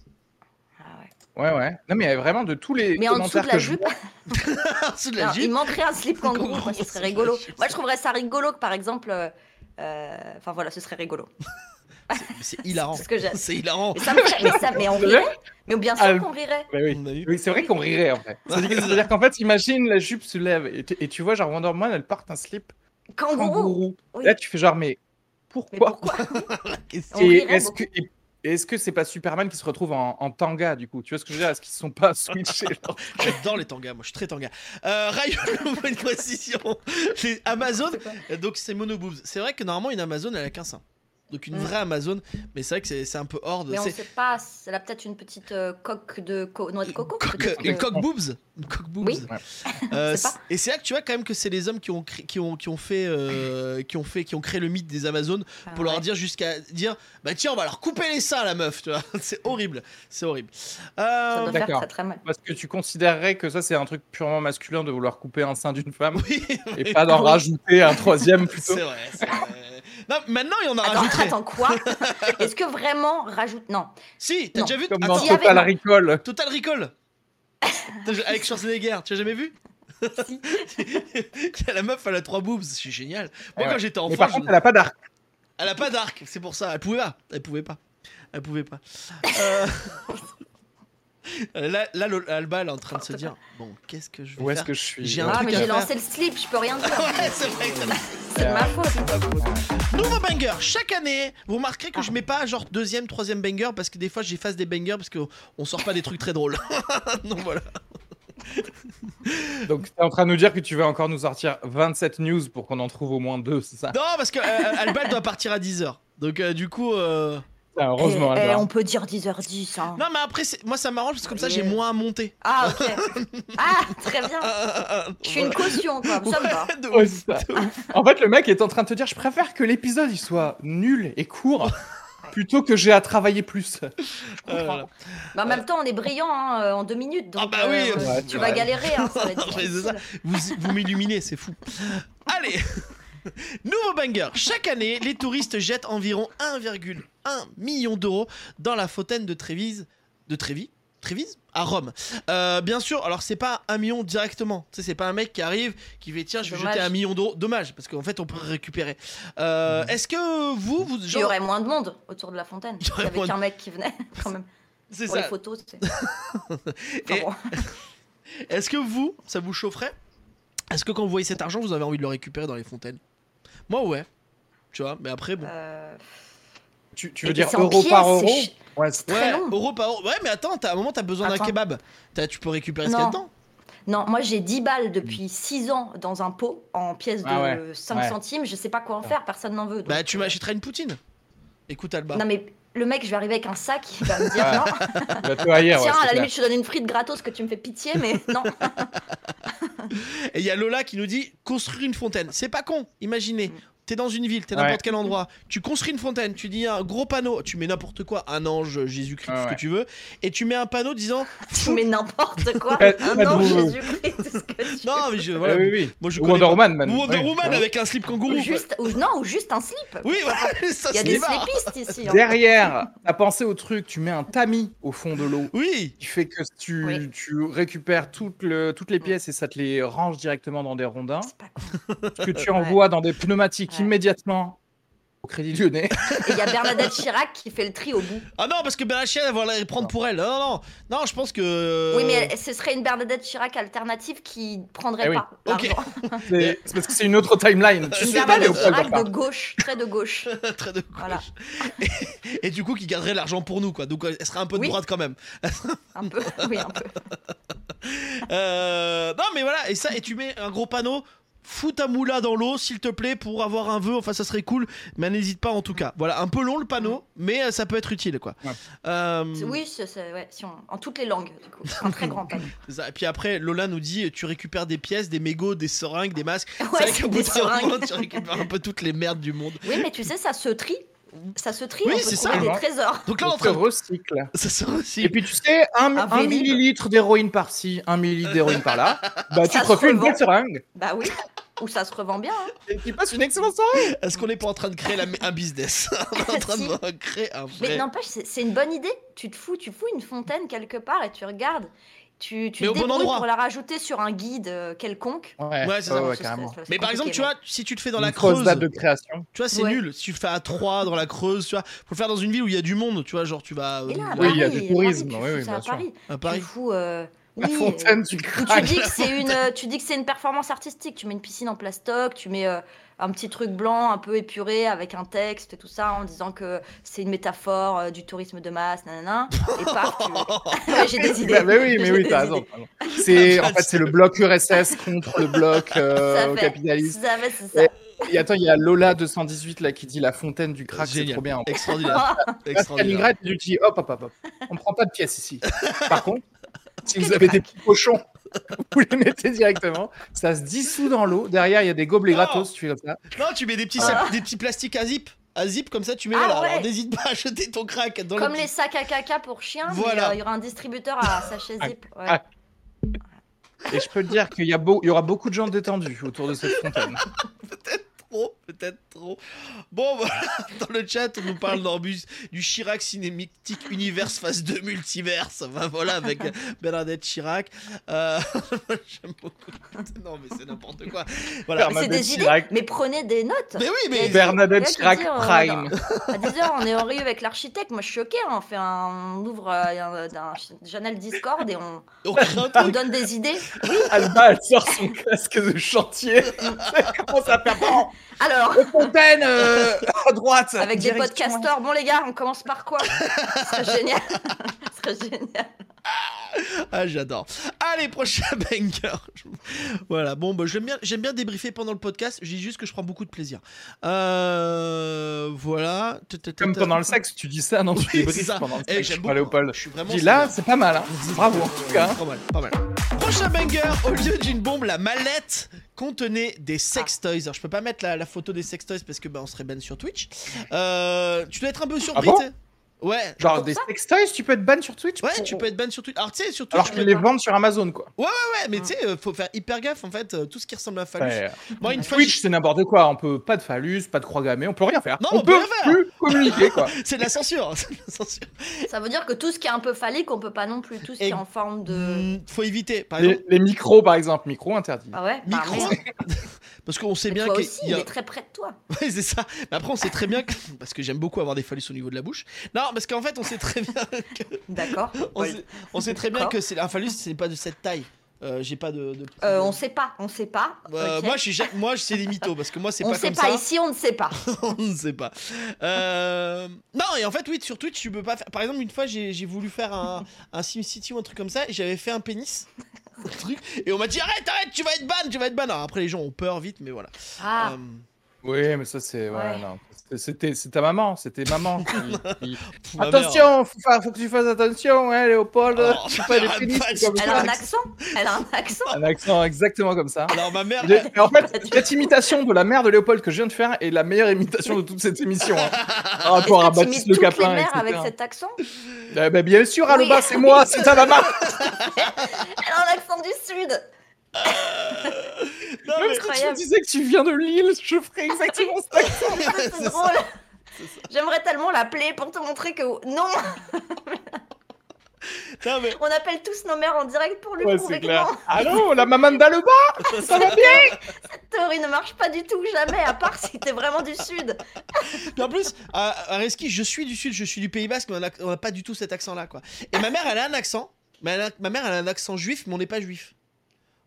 [SPEAKER 3] Ah ouais.
[SPEAKER 1] Ouais, ouais. Non, mais vraiment, de tous les
[SPEAKER 3] Mais en dessous
[SPEAKER 1] commentaires
[SPEAKER 3] de la
[SPEAKER 1] que je
[SPEAKER 3] jupe,
[SPEAKER 2] En dessous de la
[SPEAKER 3] Alors, il
[SPEAKER 2] jupe.
[SPEAKER 3] manquerait un slip kangourou, quoi, ce serait rigolo.
[SPEAKER 2] Je sais.
[SPEAKER 3] Moi, je trouverais ça rigolo que, par exemple, euh, euh, enfin voilà, ce serait rigolo.
[SPEAKER 2] C'est hilarant.
[SPEAKER 3] C'est ce que j'aime.
[SPEAKER 2] C'est hilarant.
[SPEAKER 3] Mais ça, me ferait- mais ça- mais on rirait, mais bien sûr
[SPEAKER 1] Ah,
[SPEAKER 3] qu'on rirait.
[SPEAKER 1] Bah oui.
[SPEAKER 2] On a eu.
[SPEAKER 1] Oui, c'est vrai qu'on rirait en fait. C'est-à-dire c'est-à-dire qu'en fait, imagine la jupe se lève et, tu- et tu vois, genre Wonder Woman, elle porte un slip
[SPEAKER 2] Oh,
[SPEAKER 3] Kangourou.
[SPEAKER 1] kangourou.
[SPEAKER 3] Oui.
[SPEAKER 1] Là, tu fais genre, mais
[SPEAKER 3] Mais
[SPEAKER 1] pourquoi,
[SPEAKER 3] pourquoi on
[SPEAKER 1] Et
[SPEAKER 3] rirait
[SPEAKER 1] est-ce que. et- et Est-ce que c'est pas Superman qui se retrouve en, en tanga du coup Tu vois ce que je veux dire Est-ce qu'ils sont pas switchés genre
[SPEAKER 2] J'adore les tangas, moi je suis très tanga. Euh, Rayon, une précision. Les Amazon, donc c'est monoboobs. C'est vrai que normalement une Amazon elle a qu'un sein. Donc une
[SPEAKER 3] Mm.
[SPEAKER 2] vraie Amazon. Mais c'est vrai que c'est c'est un peu hors de.
[SPEAKER 3] Mais on
[SPEAKER 2] c'est-
[SPEAKER 3] sait pas, elle a peut-être une petite euh, coque de co- noix de coco.
[SPEAKER 2] Coq-
[SPEAKER 3] peut-être
[SPEAKER 2] Une
[SPEAKER 3] que-
[SPEAKER 2] coque boobs Une coque boobs
[SPEAKER 3] Oui.
[SPEAKER 2] Euh,
[SPEAKER 3] On sait pas.
[SPEAKER 2] c- Et c'est là que tu vois quand même que c'est les hommes qui ont, cré- qui ont, qui ont, fait, euh, qui ont fait, qui ont créé le mythe des Amazones
[SPEAKER 3] Ah,
[SPEAKER 2] pour leur
[SPEAKER 3] ouais.
[SPEAKER 2] dire jusqu'à dire bah tiens on va leur couper les seins la meuf tu vois c'est horrible c'est horrible Euh,
[SPEAKER 3] Ça doit faire
[SPEAKER 1] D'accord.
[SPEAKER 3] très très mal.
[SPEAKER 1] Parce que tu considérerais que ça, c'est un truc purement masculin de vouloir couper un sein d'une femme
[SPEAKER 2] oui
[SPEAKER 1] et pas d'en rajouter un troisième plutôt.
[SPEAKER 2] c'est vrai, c'est vrai. Non, maintenant il y en a
[SPEAKER 3] Attends,
[SPEAKER 2] rajouté
[SPEAKER 3] attends, quoi Est-ce que vraiment rajoute. Non.
[SPEAKER 2] si t'as
[SPEAKER 3] Non.
[SPEAKER 2] déjà vu
[SPEAKER 1] Comme
[SPEAKER 2] attends,
[SPEAKER 1] dans
[SPEAKER 3] S'il y avait-
[SPEAKER 1] Total Recall.
[SPEAKER 2] Total Recall T'as ju- avec Schwarzenegger tu as jamais vu
[SPEAKER 3] Si.
[SPEAKER 2] la meuf elle a trois boobs c'est génial moi
[SPEAKER 1] Ouais.
[SPEAKER 2] quand j'étais enfant
[SPEAKER 1] Mais par
[SPEAKER 2] je-
[SPEAKER 1] contre, elle a pas d'arc.
[SPEAKER 2] Elle a pas d'arc, c'est pour ça. Elle pouvait pas. Elle pouvait pas. Elle pouvait pas. Euh, là, là, le- Alba, elle est en train de se dire Bon, qu'est-ce que je vais
[SPEAKER 1] Où est-ce
[SPEAKER 2] faire
[SPEAKER 1] que je suis
[SPEAKER 2] J'ai un-
[SPEAKER 3] Ah,
[SPEAKER 2] truc
[SPEAKER 3] mais
[SPEAKER 2] à
[SPEAKER 3] j'ai
[SPEAKER 2] faire.
[SPEAKER 3] lancé le slip, je peux rien dire.
[SPEAKER 2] Ouais, c'est vrai. c'est-
[SPEAKER 3] C'est de ma
[SPEAKER 1] Euh,
[SPEAKER 3] faute.
[SPEAKER 2] Nouveau banger. Chaque année, vous remarquerez que je mets pas genre deuxième, troisième banger parce que des fois j'efface des bangers parce qu'on on sort pas des trucs très drôles. Donc voilà.
[SPEAKER 1] Donc, t'es en train de nous dire que tu vas encore nous sortir 27 news pour qu'on en trouve au moins deux, c'est ça
[SPEAKER 2] Non, parce que euh, Alba elle doit partir à 10h. Donc euh, du coup. euh,
[SPEAKER 1] Ah, Heureusement,
[SPEAKER 3] Eh, eh,
[SPEAKER 1] Alba.
[SPEAKER 3] on peut dire 10h10. hein.
[SPEAKER 2] Non, mais après, c'est- moi ça m'arrange parce que comme ça j'ai
[SPEAKER 3] Yeah.
[SPEAKER 2] moins à monter.
[SPEAKER 3] Ah, ok. Ah, très bien. Je suis une caution, quoi. Ça me va.
[SPEAKER 2] De
[SPEAKER 1] Ouais,
[SPEAKER 2] ouf.
[SPEAKER 1] Oh, c'est ça. En fait, le mec est en train de te dire je préfère que l'épisode il soit nul et court plutôt que j'ai à travailler plus.
[SPEAKER 2] Euh, voilà.
[SPEAKER 3] Mais en même temps, on est brillant hein, euh, en deux minutes. Donc, euh,
[SPEAKER 2] Ah bah oui,
[SPEAKER 1] ouais,
[SPEAKER 3] tu
[SPEAKER 1] ouais.
[SPEAKER 3] vas galérer. Hein, ça va être
[SPEAKER 2] Ouais, c'est
[SPEAKER 3] difficile.
[SPEAKER 2] ça. Vous, vous m'illuminez, c'est fou. Allez Nouveau banger Chaque année, les touristes jettent environ 1,1 million d'euros dans la fontaine de Trévise. De Trévis Trévise à Rome. Euh, bien sûr, alors c'est pas un million directement. Tu sais, c'est pas un mec qui arrive qui fait tiens, je vais
[SPEAKER 3] Dommage.
[SPEAKER 2] jeter un million d'euros. Dommage, parce qu'en fait, on peut récupérer. Euh, Est-ce que vous, vous
[SPEAKER 3] Il y aurait moins de monde autour de la fontaine.
[SPEAKER 2] Il y aurait
[SPEAKER 3] Il y avait
[SPEAKER 2] moins de-
[SPEAKER 3] qu'un mec qui venait, quand même.
[SPEAKER 2] c'est
[SPEAKER 3] Pour les
[SPEAKER 2] ça.
[SPEAKER 3] photos, tu sais. Enfin
[SPEAKER 2] Et-
[SPEAKER 3] bon.
[SPEAKER 2] Est-ce que vous, ça vous chaufferait Est-ce que quand vous voyez cet argent, vous avez envie de le récupérer dans les fontaines Moi, ouais. Tu vois, mais après, bon.
[SPEAKER 3] Euh,
[SPEAKER 1] Tu, tu
[SPEAKER 3] et
[SPEAKER 1] veux dire
[SPEAKER 3] c'est en
[SPEAKER 1] euro
[SPEAKER 3] pièces,
[SPEAKER 1] par
[SPEAKER 3] c'est
[SPEAKER 1] euro
[SPEAKER 3] ch-
[SPEAKER 1] Ouais,
[SPEAKER 3] C'est
[SPEAKER 2] Ouais,
[SPEAKER 3] très long.
[SPEAKER 2] euro par euro. Ouais, mais attends, t'as- à un moment, t'as besoin d'un
[SPEAKER 3] Attends.
[SPEAKER 2] kebab. T'as- tu peux récupérer ce
[SPEAKER 3] Non.
[SPEAKER 2] qu'il y a dedans.
[SPEAKER 3] Non, moi j'ai 10 balles depuis 6 ans dans un pot en pièces de
[SPEAKER 1] Ah ouais,
[SPEAKER 3] 5
[SPEAKER 1] ouais.
[SPEAKER 3] centimes. Je sais pas quoi en faire, personne n'en veut. donc- euh,
[SPEAKER 2] Bah, tu m'achèteras une poutine. Écoute, Alba.
[SPEAKER 3] Non, mais le mec, je vais arriver avec un sac, il va me dire non.
[SPEAKER 1] bah, toi, ailleurs, ouais,
[SPEAKER 3] Tiens,
[SPEAKER 1] c'est
[SPEAKER 3] à la
[SPEAKER 1] clair.
[SPEAKER 3] limite, je te donne une frite gratos que tu me fais pitié, mais non.
[SPEAKER 2] Et il y a Lola qui nous dit construire une fontaine. C'est pas con, imaginez.
[SPEAKER 3] Mm.
[SPEAKER 2] T'es dans une ville, t'es
[SPEAKER 1] Ouais.
[SPEAKER 2] n'importe quel endroit. Tu construis une fontaine, tu dis un gros panneau, tu mets n'importe quoi, un ange, Jésus-Christ,
[SPEAKER 1] Ah
[SPEAKER 2] ce
[SPEAKER 1] ouais.
[SPEAKER 2] que tu veux, et tu mets un panneau disant.
[SPEAKER 3] tu mets n'importe quoi.
[SPEAKER 1] Faites-
[SPEAKER 3] Ah
[SPEAKER 1] faites
[SPEAKER 3] non,
[SPEAKER 1] vous-
[SPEAKER 3] Jésus-christ, c'est ce que tu
[SPEAKER 2] Non, mais je. Voilà,
[SPEAKER 1] Ah oui, oui.
[SPEAKER 2] Moi, je
[SPEAKER 1] Ou
[SPEAKER 2] connais
[SPEAKER 1] Wonder
[SPEAKER 2] pas.
[SPEAKER 1] Woman, même.
[SPEAKER 2] Ou Wonder
[SPEAKER 1] Ouais.
[SPEAKER 2] Woman avec un slip
[SPEAKER 3] Ou
[SPEAKER 2] kangourou.
[SPEAKER 3] juste, ou, non, ou juste un slip.
[SPEAKER 2] Oui, voilà, ça
[SPEAKER 3] Il y a
[SPEAKER 2] se
[SPEAKER 3] des
[SPEAKER 2] démarre.
[SPEAKER 3] slipistes ici. hein.
[SPEAKER 1] Derrière, t'as pensé au truc, tu mets un tamis au fond de l'eau
[SPEAKER 2] Oui,
[SPEAKER 1] qui fait que tu,
[SPEAKER 3] Oui.
[SPEAKER 1] tu récupères toutes le- toutes les pièces et ça te les range directement dans des rondins,
[SPEAKER 3] C'est pas con.
[SPEAKER 1] que tu envoies dans des pneumatiques
[SPEAKER 3] Ouais.
[SPEAKER 1] immédiatement au Crédit Lyonnais.
[SPEAKER 3] Et il y a Bernadette Chirac qui fait le tri au bout.
[SPEAKER 2] Ah non, parce que Benachia, elle va la prendre pour elle. Non, non, non, je pense que.
[SPEAKER 3] Oui, mais ce serait une Bernadette Chirac alternative qui prendrait
[SPEAKER 1] Eh oui.
[SPEAKER 3] pas.
[SPEAKER 2] Ok.
[SPEAKER 3] l'argent.
[SPEAKER 1] C'est c'est parce que c'est une autre timeline. Tu
[SPEAKER 3] Une
[SPEAKER 1] sais pas
[SPEAKER 3] Bernadette
[SPEAKER 1] Léopold
[SPEAKER 3] Chirac
[SPEAKER 1] Baffard.
[SPEAKER 3] de gauche, très de gauche.
[SPEAKER 2] Très de gauche.
[SPEAKER 3] Voilà.
[SPEAKER 2] Et, et du coup, qui garderait l'argent pour nous, quoi. Donc, euh, elle serait un peu de
[SPEAKER 3] Oui.
[SPEAKER 2] droite quand même.
[SPEAKER 3] Un peu, oui, un peu.
[SPEAKER 2] Euh, non, mais voilà. Et ça, et tu mets un gros panneau. Fous ta moula dans l'eau, s'il te plaît, pour avoir un vœu. Enfin, ça serait cool. Mais n'hésite pas, en tout cas. Voilà, un peu long le panneau, mais euh, ça peut être utile, quoi.
[SPEAKER 1] Ouais.
[SPEAKER 2] Euh,
[SPEAKER 3] Oui, c'est- c'est- ouais, si on- en toutes les langues. du coup. C'est un très grand panneau.
[SPEAKER 2] ça. Et puis après, Lola nous dit tu récupères des pièces, des mégots, des seringues, des masques.
[SPEAKER 3] Ouais,
[SPEAKER 2] vrai
[SPEAKER 3] c'est
[SPEAKER 2] qu'au
[SPEAKER 3] des
[SPEAKER 2] bout d'un moment,
[SPEAKER 3] seringues.
[SPEAKER 2] tu récupères un peu toutes les merdes du monde.
[SPEAKER 3] Oui, mais tu sais, ça se trie. Ça se trie,
[SPEAKER 2] Oui,
[SPEAKER 3] on
[SPEAKER 2] c'est
[SPEAKER 3] peut trouver
[SPEAKER 1] ça.
[SPEAKER 3] des trésors.
[SPEAKER 2] Donc là, on est en
[SPEAKER 1] On se
[SPEAKER 2] train de-
[SPEAKER 1] recycle.
[SPEAKER 2] Ça sort aussi.
[SPEAKER 1] Et puis tu sais, un,
[SPEAKER 3] Un
[SPEAKER 1] un
[SPEAKER 3] Vélib.
[SPEAKER 1] millilitre d'héroïne par-ci, un millilitre d'héroïne par-là, bah tu
[SPEAKER 3] Ça
[SPEAKER 1] te
[SPEAKER 3] se
[SPEAKER 1] refais une
[SPEAKER 3] revend.
[SPEAKER 1] belle seringue
[SPEAKER 3] Bah oui, ou ça se revend bien. hein.
[SPEAKER 1] et tu passes une excellente soirée.
[SPEAKER 2] Est-ce qu'on n'est pas en train de créer la- un business On est en train de créer un vrai.
[SPEAKER 3] Mais n'empêche, c'est c'est une bonne idée. Tu te fous, tu fous une fontaine quelque part et tu regardes. Tu, tu
[SPEAKER 2] Mais
[SPEAKER 3] te
[SPEAKER 2] au bon
[SPEAKER 3] débrouilles
[SPEAKER 2] endroit.
[SPEAKER 3] pour la rajouter sur un guide euh, quelconque.
[SPEAKER 2] Ouais,
[SPEAKER 1] Ah
[SPEAKER 2] c'est ça,
[SPEAKER 3] Ce serait- ce serait
[SPEAKER 2] Mais par exemple,
[SPEAKER 3] compliqué,
[SPEAKER 2] tu vois, si tu le fais dans la
[SPEAKER 1] Une grosse
[SPEAKER 2] Creuse,
[SPEAKER 1] date de création.
[SPEAKER 2] tu vois, c'est
[SPEAKER 3] Ouais.
[SPEAKER 2] nul. Si tu le fais à 3 dans la Creuse, tu vois, faut le faire dans une ville où il y a du monde, tu vois, genre tu vas euh,
[SPEAKER 3] Et là, à
[SPEAKER 2] à,
[SPEAKER 1] Oui, il y a du
[SPEAKER 3] Ah, Paris, à Paris,
[SPEAKER 1] tourisme,
[SPEAKER 3] tu
[SPEAKER 1] oui,
[SPEAKER 3] fous
[SPEAKER 1] oui,
[SPEAKER 3] ça
[SPEAKER 1] bien
[SPEAKER 3] à
[SPEAKER 1] sûr.
[SPEAKER 3] Paris.
[SPEAKER 2] Paris.
[SPEAKER 3] Tu fous. euh,
[SPEAKER 1] La
[SPEAKER 3] oui,
[SPEAKER 1] fontaine du
[SPEAKER 3] Ou tu
[SPEAKER 1] crack.
[SPEAKER 3] dis que c'est une, euh, tu dis que c'est une performance artistique. Tu mets une piscine en plastoc, tu mets euh, un petit truc blanc, un peu épuré, avec un texte, tout ça, en disant que c'est une métaphore euh, du tourisme de masse, nanana. Et paf, tu- Ouais, j'ai des idées.
[SPEAKER 1] Ah, mais oui, mais
[SPEAKER 3] J'ai
[SPEAKER 1] oui,
[SPEAKER 3] des
[SPEAKER 1] t'as
[SPEAKER 3] idées.
[SPEAKER 1] raison. pardon. C'est en fait c'est le bloc URSS contre le bloc
[SPEAKER 3] Ça
[SPEAKER 1] euh,
[SPEAKER 3] fait-
[SPEAKER 1] capitaliste.
[SPEAKER 3] ça fait- c'est ça.
[SPEAKER 1] Et attends, il y a Lola 218 là qui dit la fontaine du crack, c'est
[SPEAKER 2] Génial.
[SPEAKER 1] trop bien.
[SPEAKER 2] Extraordinaire. Extraordinaire.
[SPEAKER 1] Stalingrad, il lui dit hop, hop, hop, hop. On prend pas de pièces ici. Par contre, si vous avez des petits cochons, vous les mettez directement. Ça se dissout dans l'eau. Derrière, il y a des gobelets
[SPEAKER 2] Oh.
[SPEAKER 1] gratos. Tu fais comme ça.
[SPEAKER 2] Non, tu mets des petits,
[SPEAKER 3] Ah.
[SPEAKER 2] sap- des petits plastiques à zip. À zip, comme ça, tu mets
[SPEAKER 3] Ah
[SPEAKER 2] là.
[SPEAKER 3] ouais.
[SPEAKER 2] Alors, n'hésite pas à jeter ton crack dans
[SPEAKER 3] Comme
[SPEAKER 2] le
[SPEAKER 3] les
[SPEAKER 2] petit-
[SPEAKER 3] sacs à caca pour chiens, mais,
[SPEAKER 2] Voilà.
[SPEAKER 3] euh, il y aura un distributeur à sachet zip. ouais.
[SPEAKER 1] ah. Et je peux te dire qu'il y, a beau- il y aura beaucoup de gens détendus autour de cette fontaine.
[SPEAKER 2] Trop, peut-être trop. Bon, voilà. Dans le chat, on nous parle d'Orbus, du Chirac cinématique univers phase 2 multiverse. Enfin, voilà, avec Bernadette Chirac. Euh, J'aime beaucoup. Non, mais c'est n'importe quoi. Voilà.
[SPEAKER 3] Mais c'est des
[SPEAKER 1] Chirac.
[SPEAKER 3] idées, mais prenez des notes.
[SPEAKER 2] Mais oui, mais.
[SPEAKER 3] Et-
[SPEAKER 1] Bernadette
[SPEAKER 3] Là, tu
[SPEAKER 1] Chirac
[SPEAKER 3] dis, euh,
[SPEAKER 1] Prime.
[SPEAKER 3] dans- À 10h, on est en rue avec l'architecte. Moi, je suis choquée. hein. On, fait un... on ouvre euh, un, un channel Discord et on,
[SPEAKER 2] On crée un
[SPEAKER 3] on
[SPEAKER 2] truc.
[SPEAKER 3] donne des idées.
[SPEAKER 1] Alba, elle sort son casque de chantier. Elle commence à faire bon,
[SPEAKER 3] Alors,
[SPEAKER 2] Oh,
[SPEAKER 1] fontaine euh, à droite.
[SPEAKER 3] avec des
[SPEAKER 1] Direction.
[SPEAKER 3] podcasteurs, bon, les gars, on commence par quoi Ce serait génial. Ce serait génial.
[SPEAKER 2] Ah, j'adore. Allez, prochain banger. voilà, bon, bah, j'aime bien, j'aime bien débriefer pendant le podcast. Je dis juste que je prends beaucoup de plaisir. Euh, voilà.
[SPEAKER 1] Comme pendant le sexe, tu dis ça, non Tu
[SPEAKER 2] Oui,
[SPEAKER 1] débriefes
[SPEAKER 2] c'est ça.
[SPEAKER 1] pendant le
[SPEAKER 2] Eh,
[SPEAKER 1] sexe,
[SPEAKER 2] j'aime
[SPEAKER 1] je crois,
[SPEAKER 2] beaucoup.
[SPEAKER 1] Léopold.
[SPEAKER 2] Je suis vraiment.
[SPEAKER 1] Dis là, c'est pas mal, hein. Bravo en tout cas. hein.
[SPEAKER 2] Pas mal, pas mal. Prochain banger, au lieu d'une bombe, la mallette contenait des
[SPEAKER 1] Ah.
[SPEAKER 2] sextoys. Alors, je peux pas mettre la, la photo des sextoys parce que bah, on serait ban sur Twitch. Euh, tu dois être un peu surpris.
[SPEAKER 1] Ah bon
[SPEAKER 2] t'sais. ouais.
[SPEAKER 1] Genre des sextoys, tu peux être ban sur Twitch
[SPEAKER 2] Ouais,
[SPEAKER 1] pour-
[SPEAKER 2] tu peux être ban sur Twitch. Alors, tu sais, sur Twitch,
[SPEAKER 1] Oh. Alors
[SPEAKER 2] on
[SPEAKER 1] qu'ils
[SPEAKER 2] est
[SPEAKER 1] les
[SPEAKER 2] pas-
[SPEAKER 1] vendent sur Amazon, quoi.
[SPEAKER 2] Ouais, mais tu sais, euh, faut faire hyper gaffe en fait. euh, tout ce qui ressemble à phallus.
[SPEAKER 1] Ouais.
[SPEAKER 2] Moi, une fois,
[SPEAKER 1] Twitch, c'est n'importe quoi. On peut pas de phallus, pas de croix gammée, on peut rien faire.
[SPEAKER 2] Non,
[SPEAKER 1] on,
[SPEAKER 2] on peut
[SPEAKER 1] peut
[SPEAKER 2] rien
[SPEAKER 1] plus communiquer, quoi.
[SPEAKER 2] j'ai- c'est de la censure. hein, c'est de la censure.
[SPEAKER 3] Ça veut dire que tout ce qui est un peu phallique, on peut pas non plus. Tout ce qui
[SPEAKER 2] Et-
[SPEAKER 3] est en forme de.
[SPEAKER 2] Mm, faut éviter. Par exemple,
[SPEAKER 1] Les, les micros, par exemple, micros interdits.
[SPEAKER 3] Ah ouais bah,
[SPEAKER 2] micro.
[SPEAKER 3] merde.
[SPEAKER 2] Parce qu'on sait
[SPEAKER 3] Mais
[SPEAKER 2] bien
[SPEAKER 3] toi
[SPEAKER 2] qu'il
[SPEAKER 3] aussi,
[SPEAKER 2] y a.
[SPEAKER 3] il est très près de toi.
[SPEAKER 2] Ouais, c'est ça. Mais après, on sait très bien que. Parce que j'aime beaucoup avoir des phallus au niveau de la bouche. Non, parce qu'en fait, on sait très bien.
[SPEAKER 3] D'accord.
[SPEAKER 2] On,
[SPEAKER 3] Ouais.
[SPEAKER 2] sait, on sait très bien
[SPEAKER 3] D'accord.
[SPEAKER 2] que c'est un phallus, c'est pas de cette taille. Euh, j'ai pas de. de-
[SPEAKER 3] Euh, on sait pas, on sait pas.
[SPEAKER 2] Euh,
[SPEAKER 3] ok.
[SPEAKER 2] Moi, je suis. ja- Moi, je- c'est des mythos parce que moi, c'est
[SPEAKER 3] on
[SPEAKER 2] pas
[SPEAKER 3] sait
[SPEAKER 2] comme
[SPEAKER 3] pas
[SPEAKER 2] ça.
[SPEAKER 3] ici, on ne sait pas.
[SPEAKER 2] on ne sait pas. Euh, Non, et en fait, oui, sur Twitch, tu peux pas faire. Par exemple, une fois, j'ai j'ai voulu faire un, un SimCity ou un truc comme ça, et j'avais fait un pénis. Un truc, et on m'a dit arrête, arrête, tu vas être ban, tu vas être ban. Alors, après, les gens ont peur vite, mais voilà.
[SPEAKER 3] Ah,
[SPEAKER 2] Euh,
[SPEAKER 1] Oui, mais ça, c'est. ouais,
[SPEAKER 3] Ouais.
[SPEAKER 1] non. C'était- C'était c'est ta maman, c'était maman qui- qui-
[SPEAKER 2] pff, ma mère-
[SPEAKER 1] Attention, faut, faire- faut que tu fasses attention, hein, Léopold.
[SPEAKER 2] Oh,
[SPEAKER 1] tu fais pas des
[SPEAKER 2] arrête
[SPEAKER 1] pénis,
[SPEAKER 2] pas,
[SPEAKER 1] c'est comme
[SPEAKER 3] elle a
[SPEAKER 1] ça.
[SPEAKER 3] un accent. Elle a un accent.
[SPEAKER 1] Un accent exactement comme ça.
[SPEAKER 2] Alors, ma mère.
[SPEAKER 1] Il est- En fait, cette imitation de la mère de Léopold que je viens de faire est la meilleure imitation de toute cette émission. hein. Par
[SPEAKER 3] Est-ce
[SPEAKER 1] rapport à
[SPEAKER 3] que tu
[SPEAKER 1] Baptiste
[SPEAKER 3] imites
[SPEAKER 1] Le
[SPEAKER 3] toutes les
[SPEAKER 1] Capin,
[SPEAKER 3] mères avec
[SPEAKER 1] etc.
[SPEAKER 3] cet accent
[SPEAKER 1] Euh, bah, bien sûr,
[SPEAKER 3] Oui.
[SPEAKER 1] Alba, c'est moi, c'est ta maman.
[SPEAKER 3] Elle a un accent du sud.
[SPEAKER 2] Non,
[SPEAKER 1] Même
[SPEAKER 2] mais-
[SPEAKER 1] si tu me
[SPEAKER 3] Incroyable.
[SPEAKER 1] disais que tu viens de Lille, je ferais exactement ça.
[SPEAKER 3] C'est
[SPEAKER 2] C'est ça.
[SPEAKER 3] drôle. J'aimerais tellement l'appeler pour te montrer que non,
[SPEAKER 2] Non, mais-
[SPEAKER 3] on appelle tous nos mères en direct pour lui
[SPEAKER 1] Ouais,
[SPEAKER 3] prouver
[SPEAKER 1] c'est
[SPEAKER 3] que
[SPEAKER 1] clair.
[SPEAKER 3] non,
[SPEAKER 1] Allô, la maman d'Alba, ça va bien
[SPEAKER 3] cette théorie ne marche pas du tout, jamais, à part si t'es vraiment du sud.
[SPEAKER 2] Ah, Puis en plus, à, à Reski, je suis du sud, je suis du Pays Basque, mais on a- on n'a pas du tout cet accent-là, quoi. Et ma mère, elle a un accent. Mais elle a- ma mère, elle a un accent juif, mais on n'est pas juif.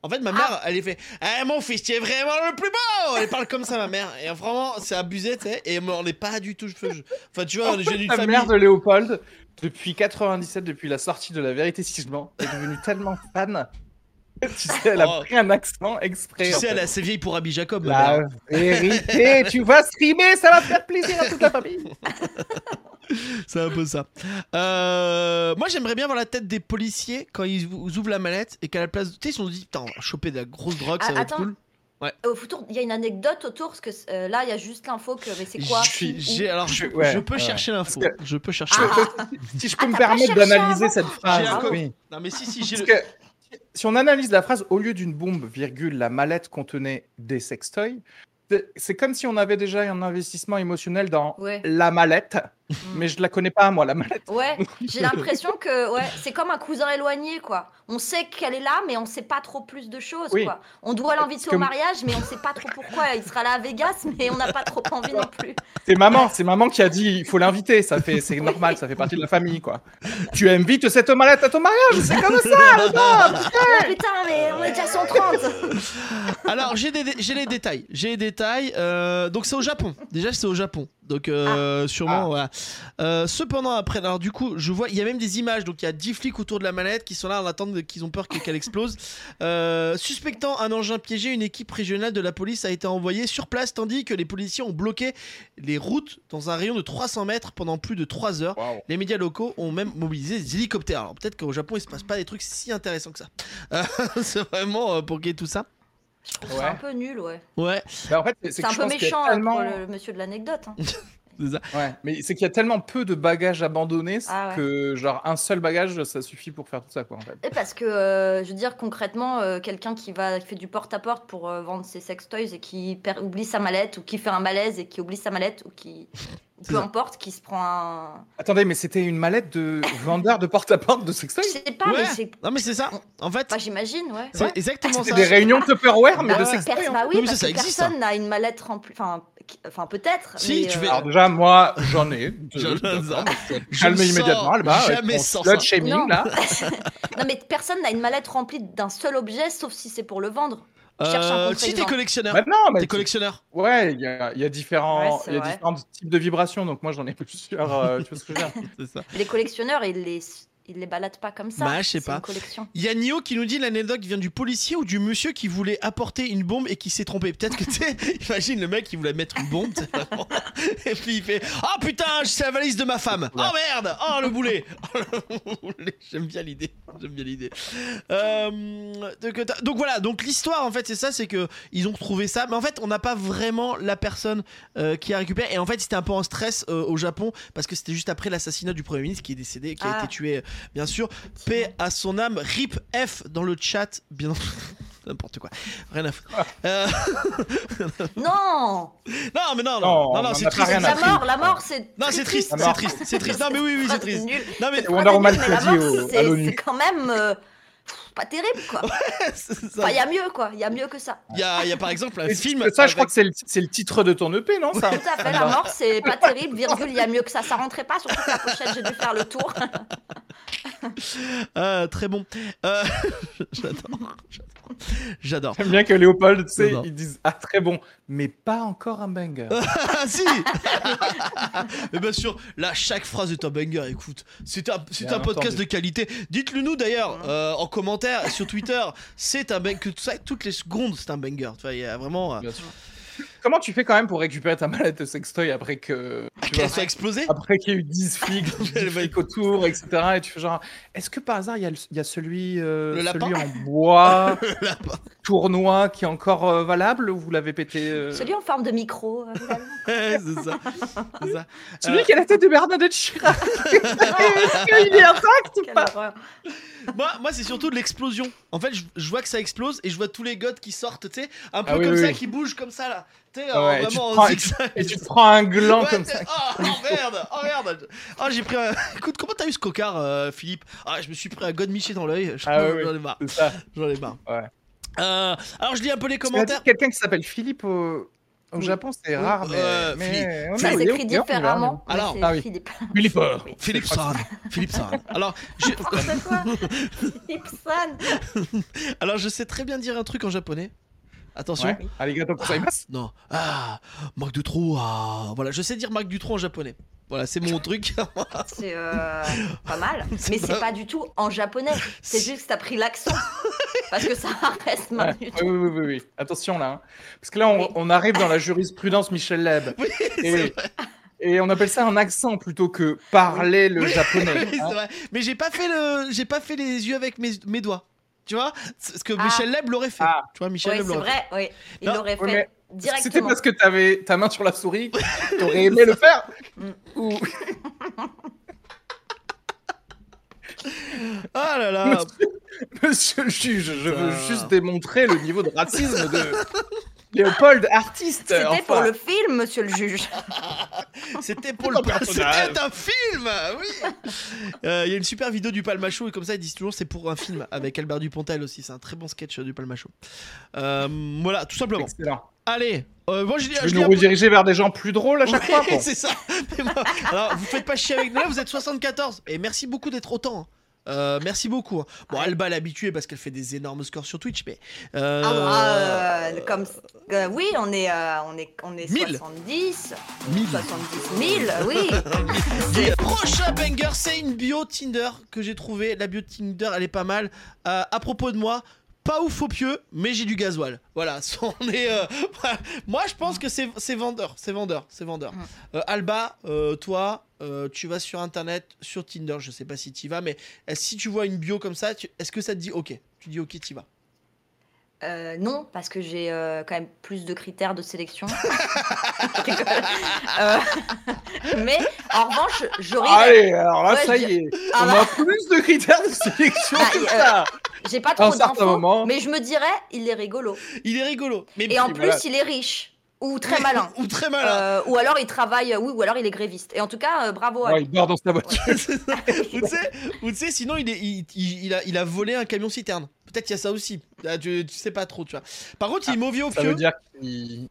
[SPEAKER 2] En fait, ma
[SPEAKER 3] Ah.
[SPEAKER 2] mère, elle est fait Eh mon fils, tu es vraiment le plus beau Elle parle comme ça, ma mère. Et vraiment, c'est abusé, tu sais. Et moi, on n'est pas du tout. je- je- Enfin, tu vois, on est je viens d'une
[SPEAKER 1] La
[SPEAKER 2] famille.
[SPEAKER 1] mère de Léopold, depuis 97, depuis la sortie de La Vérité Sigement, est devenue tellement fan. Tu sais, elle a
[SPEAKER 2] Oh.
[SPEAKER 1] pris un accent exprès.
[SPEAKER 2] Tu
[SPEAKER 1] en
[SPEAKER 2] sais,
[SPEAKER 1] fait. Bah
[SPEAKER 2] elle est assez vieille pour Abby Jacob. ma mère.
[SPEAKER 1] La vérité, tu vas streamer, ça va faire plaisir à toute la famille.
[SPEAKER 2] C'est un peu ça. Euh, moi, j'aimerais bien voir la tête des policiers quand ils ou- ouvrent la mallette et qu'à la place. Tu sais, ils se sont dit, putain, on va choper de la grosse drogue, ça
[SPEAKER 3] Ah,
[SPEAKER 2] va être
[SPEAKER 3] attends.
[SPEAKER 2] cool.
[SPEAKER 3] Au autour, il y a une anecdote autour parce que euh, là, il y a juste l'info que mais c'est quoi
[SPEAKER 2] Je suis-
[SPEAKER 3] qui, où
[SPEAKER 2] j'ai- alors, je,
[SPEAKER 1] Je- ouais,
[SPEAKER 2] je peux
[SPEAKER 1] ouais.
[SPEAKER 2] chercher l'info.
[SPEAKER 1] Parce
[SPEAKER 2] Je peux chercher.
[SPEAKER 3] Ah.
[SPEAKER 1] Si je peux me
[SPEAKER 3] t'as pas
[SPEAKER 1] permettre
[SPEAKER 3] cherché
[SPEAKER 1] d'analyser
[SPEAKER 3] avant
[SPEAKER 1] cette
[SPEAKER 2] J'ai
[SPEAKER 1] phrase,
[SPEAKER 2] un
[SPEAKER 1] oui.
[SPEAKER 2] Non, mais si, si, j'ai
[SPEAKER 1] Parce
[SPEAKER 2] le.
[SPEAKER 1] que si on analyse la phrase, au lieu d'une bombe, virgule, la mallette contenait des sextoys, c'est- c'est comme si on avait déjà eu un investissement émotionnel dans
[SPEAKER 3] Ouais.
[SPEAKER 1] la mallette
[SPEAKER 3] Mm.
[SPEAKER 1] mais je la connais pas, moi, la mallette.
[SPEAKER 3] Ouais, j'ai l'impression que ouais, c'est comme un cousin éloigné, quoi. On sait qu'elle est là, mais on sait pas trop plus de choses,
[SPEAKER 1] Oui.
[SPEAKER 3] quoi. On doit l'inviter
[SPEAKER 1] que-
[SPEAKER 3] au mariage, mais on sait pas trop pourquoi. Il sera là à Vegas, mais on n'a pas trop envie non plus.
[SPEAKER 1] C'est maman, c'est maman qui a dit il faut l'inviter, ça fait c'est normal, ça fait partie de la famille quoi. Tu invites cette mallette à ton mariage, c'est comme ça.
[SPEAKER 3] Ah, putain, mais on est déjà 130
[SPEAKER 2] Alors j'ai des dé- j'ai les détails, j'ai les détails. euh, donc c'est au Japon. Déjà c'est au Japon. Donc
[SPEAKER 1] Ah.
[SPEAKER 2] euh, sûrement voilà. Euh, cependant après, alors du coup je vois, il y a même des images. Donc il y a 10 flics autour de la mallette qui sont là en attente de- qu'ils ont peur que- qu'elle explose. Euh, suspectant un engin piégé, une équipe régionale de la police a été envoyée sur place tandis que les policiers ont bloqué les routes dans un rayon de 300 mètres pendant plus de 3 heures. Les médias locaux ont même mobilisé des hélicoptères. Alors peut-être qu'au Japon il se passe pas des trucs si intéressants que ça. Euh, c'est vraiment euh, pour qu'il y ait tout ça.
[SPEAKER 3] Je trouve ça
[SPEAKER 1] Ouais.
[SPEAKER 3] un peu nul, ouais.
[SPEAKER 2] Ouais.
[SPEAKER 1] Bah, en fait, c'est
[SPEAKER 3] C'est
[SPEAKER 1] que
[SPEAKER 3] un
[SPEAKER 1] je
[SPEAKER 3] peu
[SPEAKER 1] pense qu'il y a
[SPEAKER 3] méchant euh,
[SPEAKER 1] tellement-
[SPEAKER 3] pour le, le monsieur de l'anecdote. hein.
[SPEAKER 1] Ouais, mais c'est qu'il y a tellement peu de bagages abandonnés c'est
[SPEAKER 3] Ah ouais.
[SPEAKER 1] que genre un seul bagage ça suffit pour faire tout ça quoi en fait.
[SPEAKER 3] Et parce que, euh, je veux dire, concrètement, euh, quelqu'un qui va qui fait du porte-à-porte pour euh, vendre ses sextoys et qui perd- oublie sa mallette, ou qui fait un malaise et qui oublie sa mallette, ou qui. ou
[SPEAKER 2] C'est
[SPEAKER 3] Peu
[SPEAKER 2] ça.
[SPEAKER 3] importe, qui se prend un.
[SPEAKER 1] Attendez, mais c'était une mallette de vendeur de porte à porte de
[SPEAKER 3] Je
[SPEAKER 1] sextoy.
[SPEAKER 3] sais pas,
[SPEAKER 2] Ouais.
[SPEAKER 3] mais c'est.
[SPEAKER 2] Non mais c'est ça. En fait,
[SPEAKER 3] Enfin, j'imagine, ouais.
[SPEAKER 2] c'est exactement
[SPEAKER 1] C'est
[SPEAKER 2] ça.
[SPEAKER 1] des réunions Tupperware mais
[SPEAKER 3] Bah,
[SPEAKER 1] de hein.
[SPEAKER 2] ouais.
[SPEAKER 1] sextoy.
[SPEAKER 3] Pers- bah oui,
[SPEAKER 2] Non, mais
[SPEAKER 3] parce
[SPEAKER 2] ça, ça
[SPEAKER 3] que
[SPEAKER 2] existe, hein.
[SPEAKER 3] personne n'a une mallette remplie. Enfin, qui- enfin peut-être.
[SPEAKER 2] Si,
[SPEAKER 3] mais,
[SPEAKER 2] tu
[SPEAKER 3] euh,
[SPEAKER 2] fais-
[SPEAKER 1] Alors déjà moi j'en ai.
[SPEAKER 2] J'en
[SPEAKER 1] deux,
[SPEAKER 2] ai un.
[SPEAKER 1] d'accord, parce que
[SPEAKER 2] Je
[SPEAKER 1] Calme
[SPEAKER 2] me sens
[SPEAKER 1] immédiatement là-bas. avec
[SPEAKER 2] jamais
[SPEAKER 1] mon
[SPEAKER 2] sans
[SPEAKER 1] slut
[SPEAKER 2] ça.
[SPEAKER 1] shaming,
[SPEAKER 3] Non.
[SPEAKER 1] là.
[SPEAKER 3] Non, mais personne n'a une mallette remplie d'un seul objet, sauf si c'est pour le vendre. Cherche un
[SPEAKER 2] Euh,
[SPEAKER 3] contre
[SPEAKER 2] si t'es
[SPEAKER 3] exemple.
[SPEAKER 2] collectionneur,
[SPEAKER 1] Maintenant, Bah mais
[SPEAKER 2] t'es collectionneur.
[SPEAKER 1] Ouais, il y a, il y a différents,
[SPEAKER 3] Ouais, c'est
[SPEAKER 1] il y a
[SPEAKER 3] vrai.
[SPEAKER 1] différents types de vibrations, donc moi j'en ai plusieurs. euh, tu vois ce que je veux dire
[SPEAKER 2] C'est ça.
[SPEAKER 3] Les collectionneurs, ils les, ils les baladent pas comme ça.
[SPEAKER 2] Bah, je sais
[SPEAKER 3] C'est
[SPEAKER 2] pas.
[SPEAKER 3] une collection.
[SPEAKER 2] Il y a Nio qui nous dit l'anecdote vient du policier ou du monsieur qui voulait apporter une bombe et qui s'est trompé. Peut-être que tu sais, imagine le mec qui voulait mettre une bombe, tu sais, vraiment. et puis il fait Oh putain, c'est la valise de ma femme. Oh merde, oh le boulet. Oh, le boulet. J'aime bien l'idée, j'aime bien l'idée. Euh, donc, t'as- donc voilà, donc l'histoire en fait c'est ça, c'est que ils ont retrouvé ça, mais en fait on n'a pas vraiment la personne euh, qui a récupéré. Et en fait c'était un peu en stress euh, au Japon parce que c'était juste après l'assassinat du premier ministre qui est décédé, qui a
[SPEAKER 3] Ah.
[SPEAKER 2] été tué euh, bien sûr. Paix à son âme, rip F dans le chat, bien n'importe quoi, rien à foutre. Euh,
[SPEAKER 3] Non
[SPEAKER 2] non mais
[SPEAKER 1] Non,
[SPEAKER 2] non non non,
[SPEAKER 1] on en
[SPEAKER 2] c'est
[SPEAKER 1] a pas
[SPEAKER 2] triste.
[SPEAKER 1] rien à
[SPEAKER 3] La
[SPEAKER 1] foutre.
[SPEAKER 3] mort, la mort, c'est.
[SPEAKER 2] Non
[SPEAKER 3] très
[SPEAKER 2] c'est triste,
[SPEAKER 1] triste.
[SPEAKER 2] c'est triste, c'est triste. Non mais oui oui c'est triste.
[SPEAKER 3] Nul.
[SPEAKER 2] Non mais
[SPEAKER 3] Cette
[SPEAKER 1] Wonder
[SPEAKER 3] phrase est
[SPEAKER 1] Woman
[SPEAKER 3] nulle, mais
[SPEAKER 1] l'a
[SPEAKER 3] la
[SPEAKER 1] dit
[SPEAKER 3] mort,
[SPEAKER 1] au- à
[SPEAKER 3] c'est
[SPEAKER 1] l'ONU.
[SPEAKER 3] c'est quand même euh, pff, pas terrible, quoi.
[SPEAKER 2] c'est ça.
[SPEAKER 3] Enfin, il y a mieux, quoi. Il y a mieux que ça.
[SPEAKER 2] Il y a, il y a par exemple un
[SPEAKER 1] Et
[SPEAKER 2] film.
[SPEAKER 1] Ça, je
[SPEAKER 2] avec-
[SPEAKER 1] crois que c'est le, c'est le titre de ton EP, non ça
[SPEAKER 3] Tout à fait, la mort, c'est pas terrible, virgule, il y a mieux que ça. Ça rentrait pas, surtout que la pochette, j'ai dû faire le tour.
[SPEAKER 2] Ah, très bon. Euh, j'adore, j'adore, j'adore.
[SPEAKER 1] J'aime bien que Léopold, tu sais,
[SPEAKER 2] Non.
[SPEAKER 1] ils disent Ah, très bon, mais pas encore un banger.
[SPEAKER 2] Ah si Mais bien sûr, là, chaque phrase est un banger, écoute. C'est un, c'est
[SPEAKER 1] Bien
[SPEAKER 2] un podcast
[SPEAKER 1] entendu.
[SPEAKER 2] de qualité. Dites-le nous d'ailleurs, euh, en commentaire, sur Twitter. C'est un banger, que ça, toutes les secondes, c'est un banger. Tu vois, il y a vraiment... euh,
[SPEAKER 1] Bien sûr. Comment tu fais quand même pour récupérer ta mallette de sextoy après que. tu vois,
[SPEAKER 2] Qu'elle soit explosée
[SPEAKER 1] après qu'il y a eu 10 flics, 10
[SPEAKER 2] Elle va
[SPEAKER 1] flics autour, etc. Et tu fais genre, est-ce que par hasard il y a, le- il y a celui, euh,
[SPEAKER 2] Le lapin
[SPEAKER 1] celui en bois,
[SPEAKER 2] lapin.
[SPEAKER 1] tournoi qui est encore euh, valable ou vous l'avez pété euh,
[SPEAKER 3] Celui en forme de micro. euh, voilà.
[SPEAKER 2] Ouais, c'est ça. C'est ça.
[SPEAKER 1] celui
[SPEAKER 2] Euh,
[SPEAKER 1] qui a la tête de Bernadette Chirac Est-ce qu'il est intact ou
[SPEAKER 3] Quelle
[SPEAKER 1] pas
[SPEAKER 3] horreur.
[SPEAKER 2] Moi, moi c'est surtout de l'explosion. En fait, je, je vois que ça explose et je vois tous les godes qui sortent, tu sais, un peu
[SPEAKER 1] Ah oui,
[SPEAKER 2] comme
[SPEAKER 1] oui,
[SPEAKER 2] ça,
[SPEAKER 1] oui.
[SPEAKER 2] qui bougent comme ça, là. Tu sais,
[SPEAKER 1] Ouais,
[SPEAKER 2] en
[SPEAKER 1] et tu te
[SPEAKER 2] vraiment en
[SPEAKER 1] prends-
[SPEAKER 2] zigzag.
[SPEAKER 1] Et tu te prends un gland comme
[SPEAKER 2] t'es-
[SPEAKER 1] ça.
[SPEAKER 2] Oh, oh, merde, oh merde. Oh j'ai pris un. Écoute, comment t'as eu ce cocard, euh, Philippe Ah, je me suis pris un godemiché dans l'œil. Je-
[SPEAKER 1] Ah
[SPEAKER 2] J'en
[SPEAKER 1] oui, oui.
[SPEAKER 2] ai marre.
[SPEAKER 1] C'est ça.
[SPEAKER 2] J'en ai marre.
[SPEAKER 1] Ouais.
[SPEAKER 2] Euh, alors je lis un peu les
[SPEAKER 1] Tu m'as dit
[SPEAKER 2] commentaires.
[SPEAKER 1] que Quelqu'un qui s'appelle Philippe au, au
[SPEAKER 3] Oui.
[SPEAKER 1] Japon, c'est
[SPEAKER 2] Oh,
[SPEAKER 1] rare, mais,
[SPEAKER 2] euh,
[SPEAKER 1] mais
[SPEAKER 2] Philippe.
[SPEAKER 1] on
[SPEAKER 3] Ça
[SPEAKER 1] est- oui,
[SPEAKER 3] s'écrit
[SPEAKER 1] on y va, on y va, on y va.
[SPEAKER 3] différemment. mais
[SPEAKER 2] Alors,
[SPEAKER 3] c'est
[SPEAKER 1] ah oui.
[SPEAKER 3] Philippe.
[SPEAKER 1] Philippe. euh,
[SPEAKER 3] Oui.
[SPEAKER 2] Philippe
[SPEAKER 1] Je crois
[SPEAKER 2] Saran. Philippe Saran. Alors je,
[SPEAKER 3] N'importe quoi. Philippe San.
[SPEAKER 2] alors je sais très bien dire un truc en japonais. Attention.
[SPEAKER 1] Ouais. Arigato gozaimasu.
[SPEAKER 2] Non. Ah, Marc Dutroux. Ah, voilà, je sais dire Marc Dutroux en japonais. Voilà, c'est mon truc.
[SPEAKER 3] C'est euh, pas mal,
[SPEAKER 2] C'est
[SPEAKER 3] mais
[SPEAKER 2] pas-
[SPEAKER 3] c'est pas du tout en japonais. C'est juste que t'as pris l'accent parce que ça reste
[SPEAKER 1] Ouais.
[SPEAKER 3] Manu.
[SPEAKER 1] Oui, oui, oui, oui. Attention là. hein. Parce que là, on,
[SPEAKER 3] Oui.
[SPEAKER 1] on arrive dans la jurisprudence Michel Leb.
[SPEAKER 2] Oui, c'est
[SPEAKER 1] Et, et on appelle ça un accent plutôt que parler le japonais. hein.
[SPEAKER 2] Oui, c'est vrai. Mais j'ai pas fait le, j'ai pas fait les yeux avec mes, mes doigts. Tu vois, c'est ce que
[SPEAKER 3] Ah.
[SPEAKER 2] Michel Leb l'aurait fait.
[SPEAKER 1] Ah.
[SPEAKER 2] Tu vois, Michel
[SPEAKER 3] Ouais,
[SPEAKER 2] Leb
[SPEAKER 3] c'est
[SPEAKER 2] l'aurait fait.
[SPEAKER 3] vrai. Oui, il
[SPEAKER 2] Non,
[SPEAKER 3] l'aurait
[SPEAKER 1] ouais,
[SPEAKER 3] fait
[SPEAKER 1] Est-ce que C'était
[SPEAKER 3] directement.
[SPEAKER 1] parce que t'avais ta main sur la souris, que t'aurais aimé le faire
[SPEAKER 3] Mm.
[SPEAKER 1] ou
[SPEAKER 2] Ah là là.
[SPEAKER 1] monsieur, monsieur le juge, je veux
[SPEAKER 2] Ça.
[SPEAKER 1] juste démontrer le niveau de racisme de Léopold, artiste.
[SPEAKER 3] C'était
[SPEAKER 1] enfin.
[SPEAKER 3] pour le film, monsieur le juge.
[SPEAKER 2] C'était pour le
[SPEAKER 1] personnage.
[SPEAKER 2] C'était un film Oui Euh, Il y a une super vidéo du Palmachou et comme ça ils disent toujours c'est pour un film avec Albert Dupontel aussi. C'est un très bon sketch euh, du Palmachou. Euh, voilà, tout simplement.
[SPEAKER 1] Excellent.
[SPEAKER 2] Allez, euh, moi je dis.
[SPEAKER 1] Tu
[SPEAKER 2] je
[SPEAKER 1] veux
[SPEAKER 2] dis
[SPEAKER 1] nous
[SPEAKER 2] un-
[SPEAKER 1] rediriger vers des gens plus drôles à chaque fois
[SPEAKER 2] Ouais,
[SPEAKER 1] bon.
[SPEAKER 2] c'est ça. Mais moi- alors, vous faites pas chier avec nous. Là, vous êtes 74. Et merci beaucoup d'être autant. hein. Euh, merci beaucoup. hein. Bon, Alba l'habituée parce qu'elle fait des énormes scores sur Twitch, mais. euh,
[SPEAKER 3] Ah bah, euh, comme, euh, oui, on est, euh, on est, on est
[SPEAKER 2] Mille.
[SPEAKER 3] 70.
[SPEAKER 2] 1000.
[SPEAKER 3] 70 000, oui.
[SPEAKER 2] Le prochain banger, c'est une bio Tinder que j'ai trouvée. La bio Tinder, elle est pas mal. Euh, à propos de moi, pas ouf au pieux, mais j'ai du gasoil. Voilà, on est. euh, moi, je pense que c'est c'est vendeur, c'est vendeur, c'est vendeur.
[SPEAKER 3] Mm.
[SPEAKER 2] Euh, Alba, euh, toi, euh, tu vas sur internet, sur Tinder, je sais pas si tu vas, mais euh, si tu vois une bio comme ça, tu- est-ce que ça te dit OK Tu dis OK, t'y vas.
[SPEAKER 3] Euh, non, parce que j'ai euh, quand même plus de critères de sélection. Je rigole. Euh, mais en revanche, j'aurais.
[SPEAKER 1] Allez, alors là,
[SPEAKER 3] Ouais,
[SPEAKER 1] ça
[SPEAKER 3] je-
[SPEAKER 1] y est.
[SPEAKER 3] Ah
[SPEAKER 1] on
[SPEAKER 3] bah.
[SPEAKER 1] a plus de critères de sélection
[SPEAKER 3] Bah,
[SPEAKER 1] que
[SPEAKER 3] euh,
[SPEAKER 1] ça.
[SPEAKER 3] J'ai pas
[SPEAKER 1] à un
[SPEAKER 3] trop
[SPEAKER 1] certain moment.
[SPEAKER 3] d'infos, mais je me dirais, il est rigolo.
[SPEAKER 2] Il est rigolo. Mais
[SPEAKER 3] Et en
[SPEAKER 1] puis,
[SPEAKER 3] plus,
[SPEAKER 1] voilà.
[SPEAKER 3] il est riche ou très malin.
[SPEAKER 2] Ou très malin.
[SPEAKER 3] Euh, ou alors il travaille, oui, ou alors il est gréviste. Et en tout cas, euh, bravo. à
[SPEAKER 1] Ouais,
[SPEAKER 3] lui.
[SPEAKER 1] il dort dans sa voiture.
[SPEAKER 2] C'est ça. ou tu sais, ou tu sais, sinon il, est, il, il- il a, il a volé un camion citerne. Peut-être qu'il y a ça aussi. Ah, tu, tu sais pas trop, tu vois. Par contre, il est mauvais au
[SPEAKER 1] Ah, Ça veut
[SPEAKER 2] pieu.
[SPEAKER 1] dire qu'il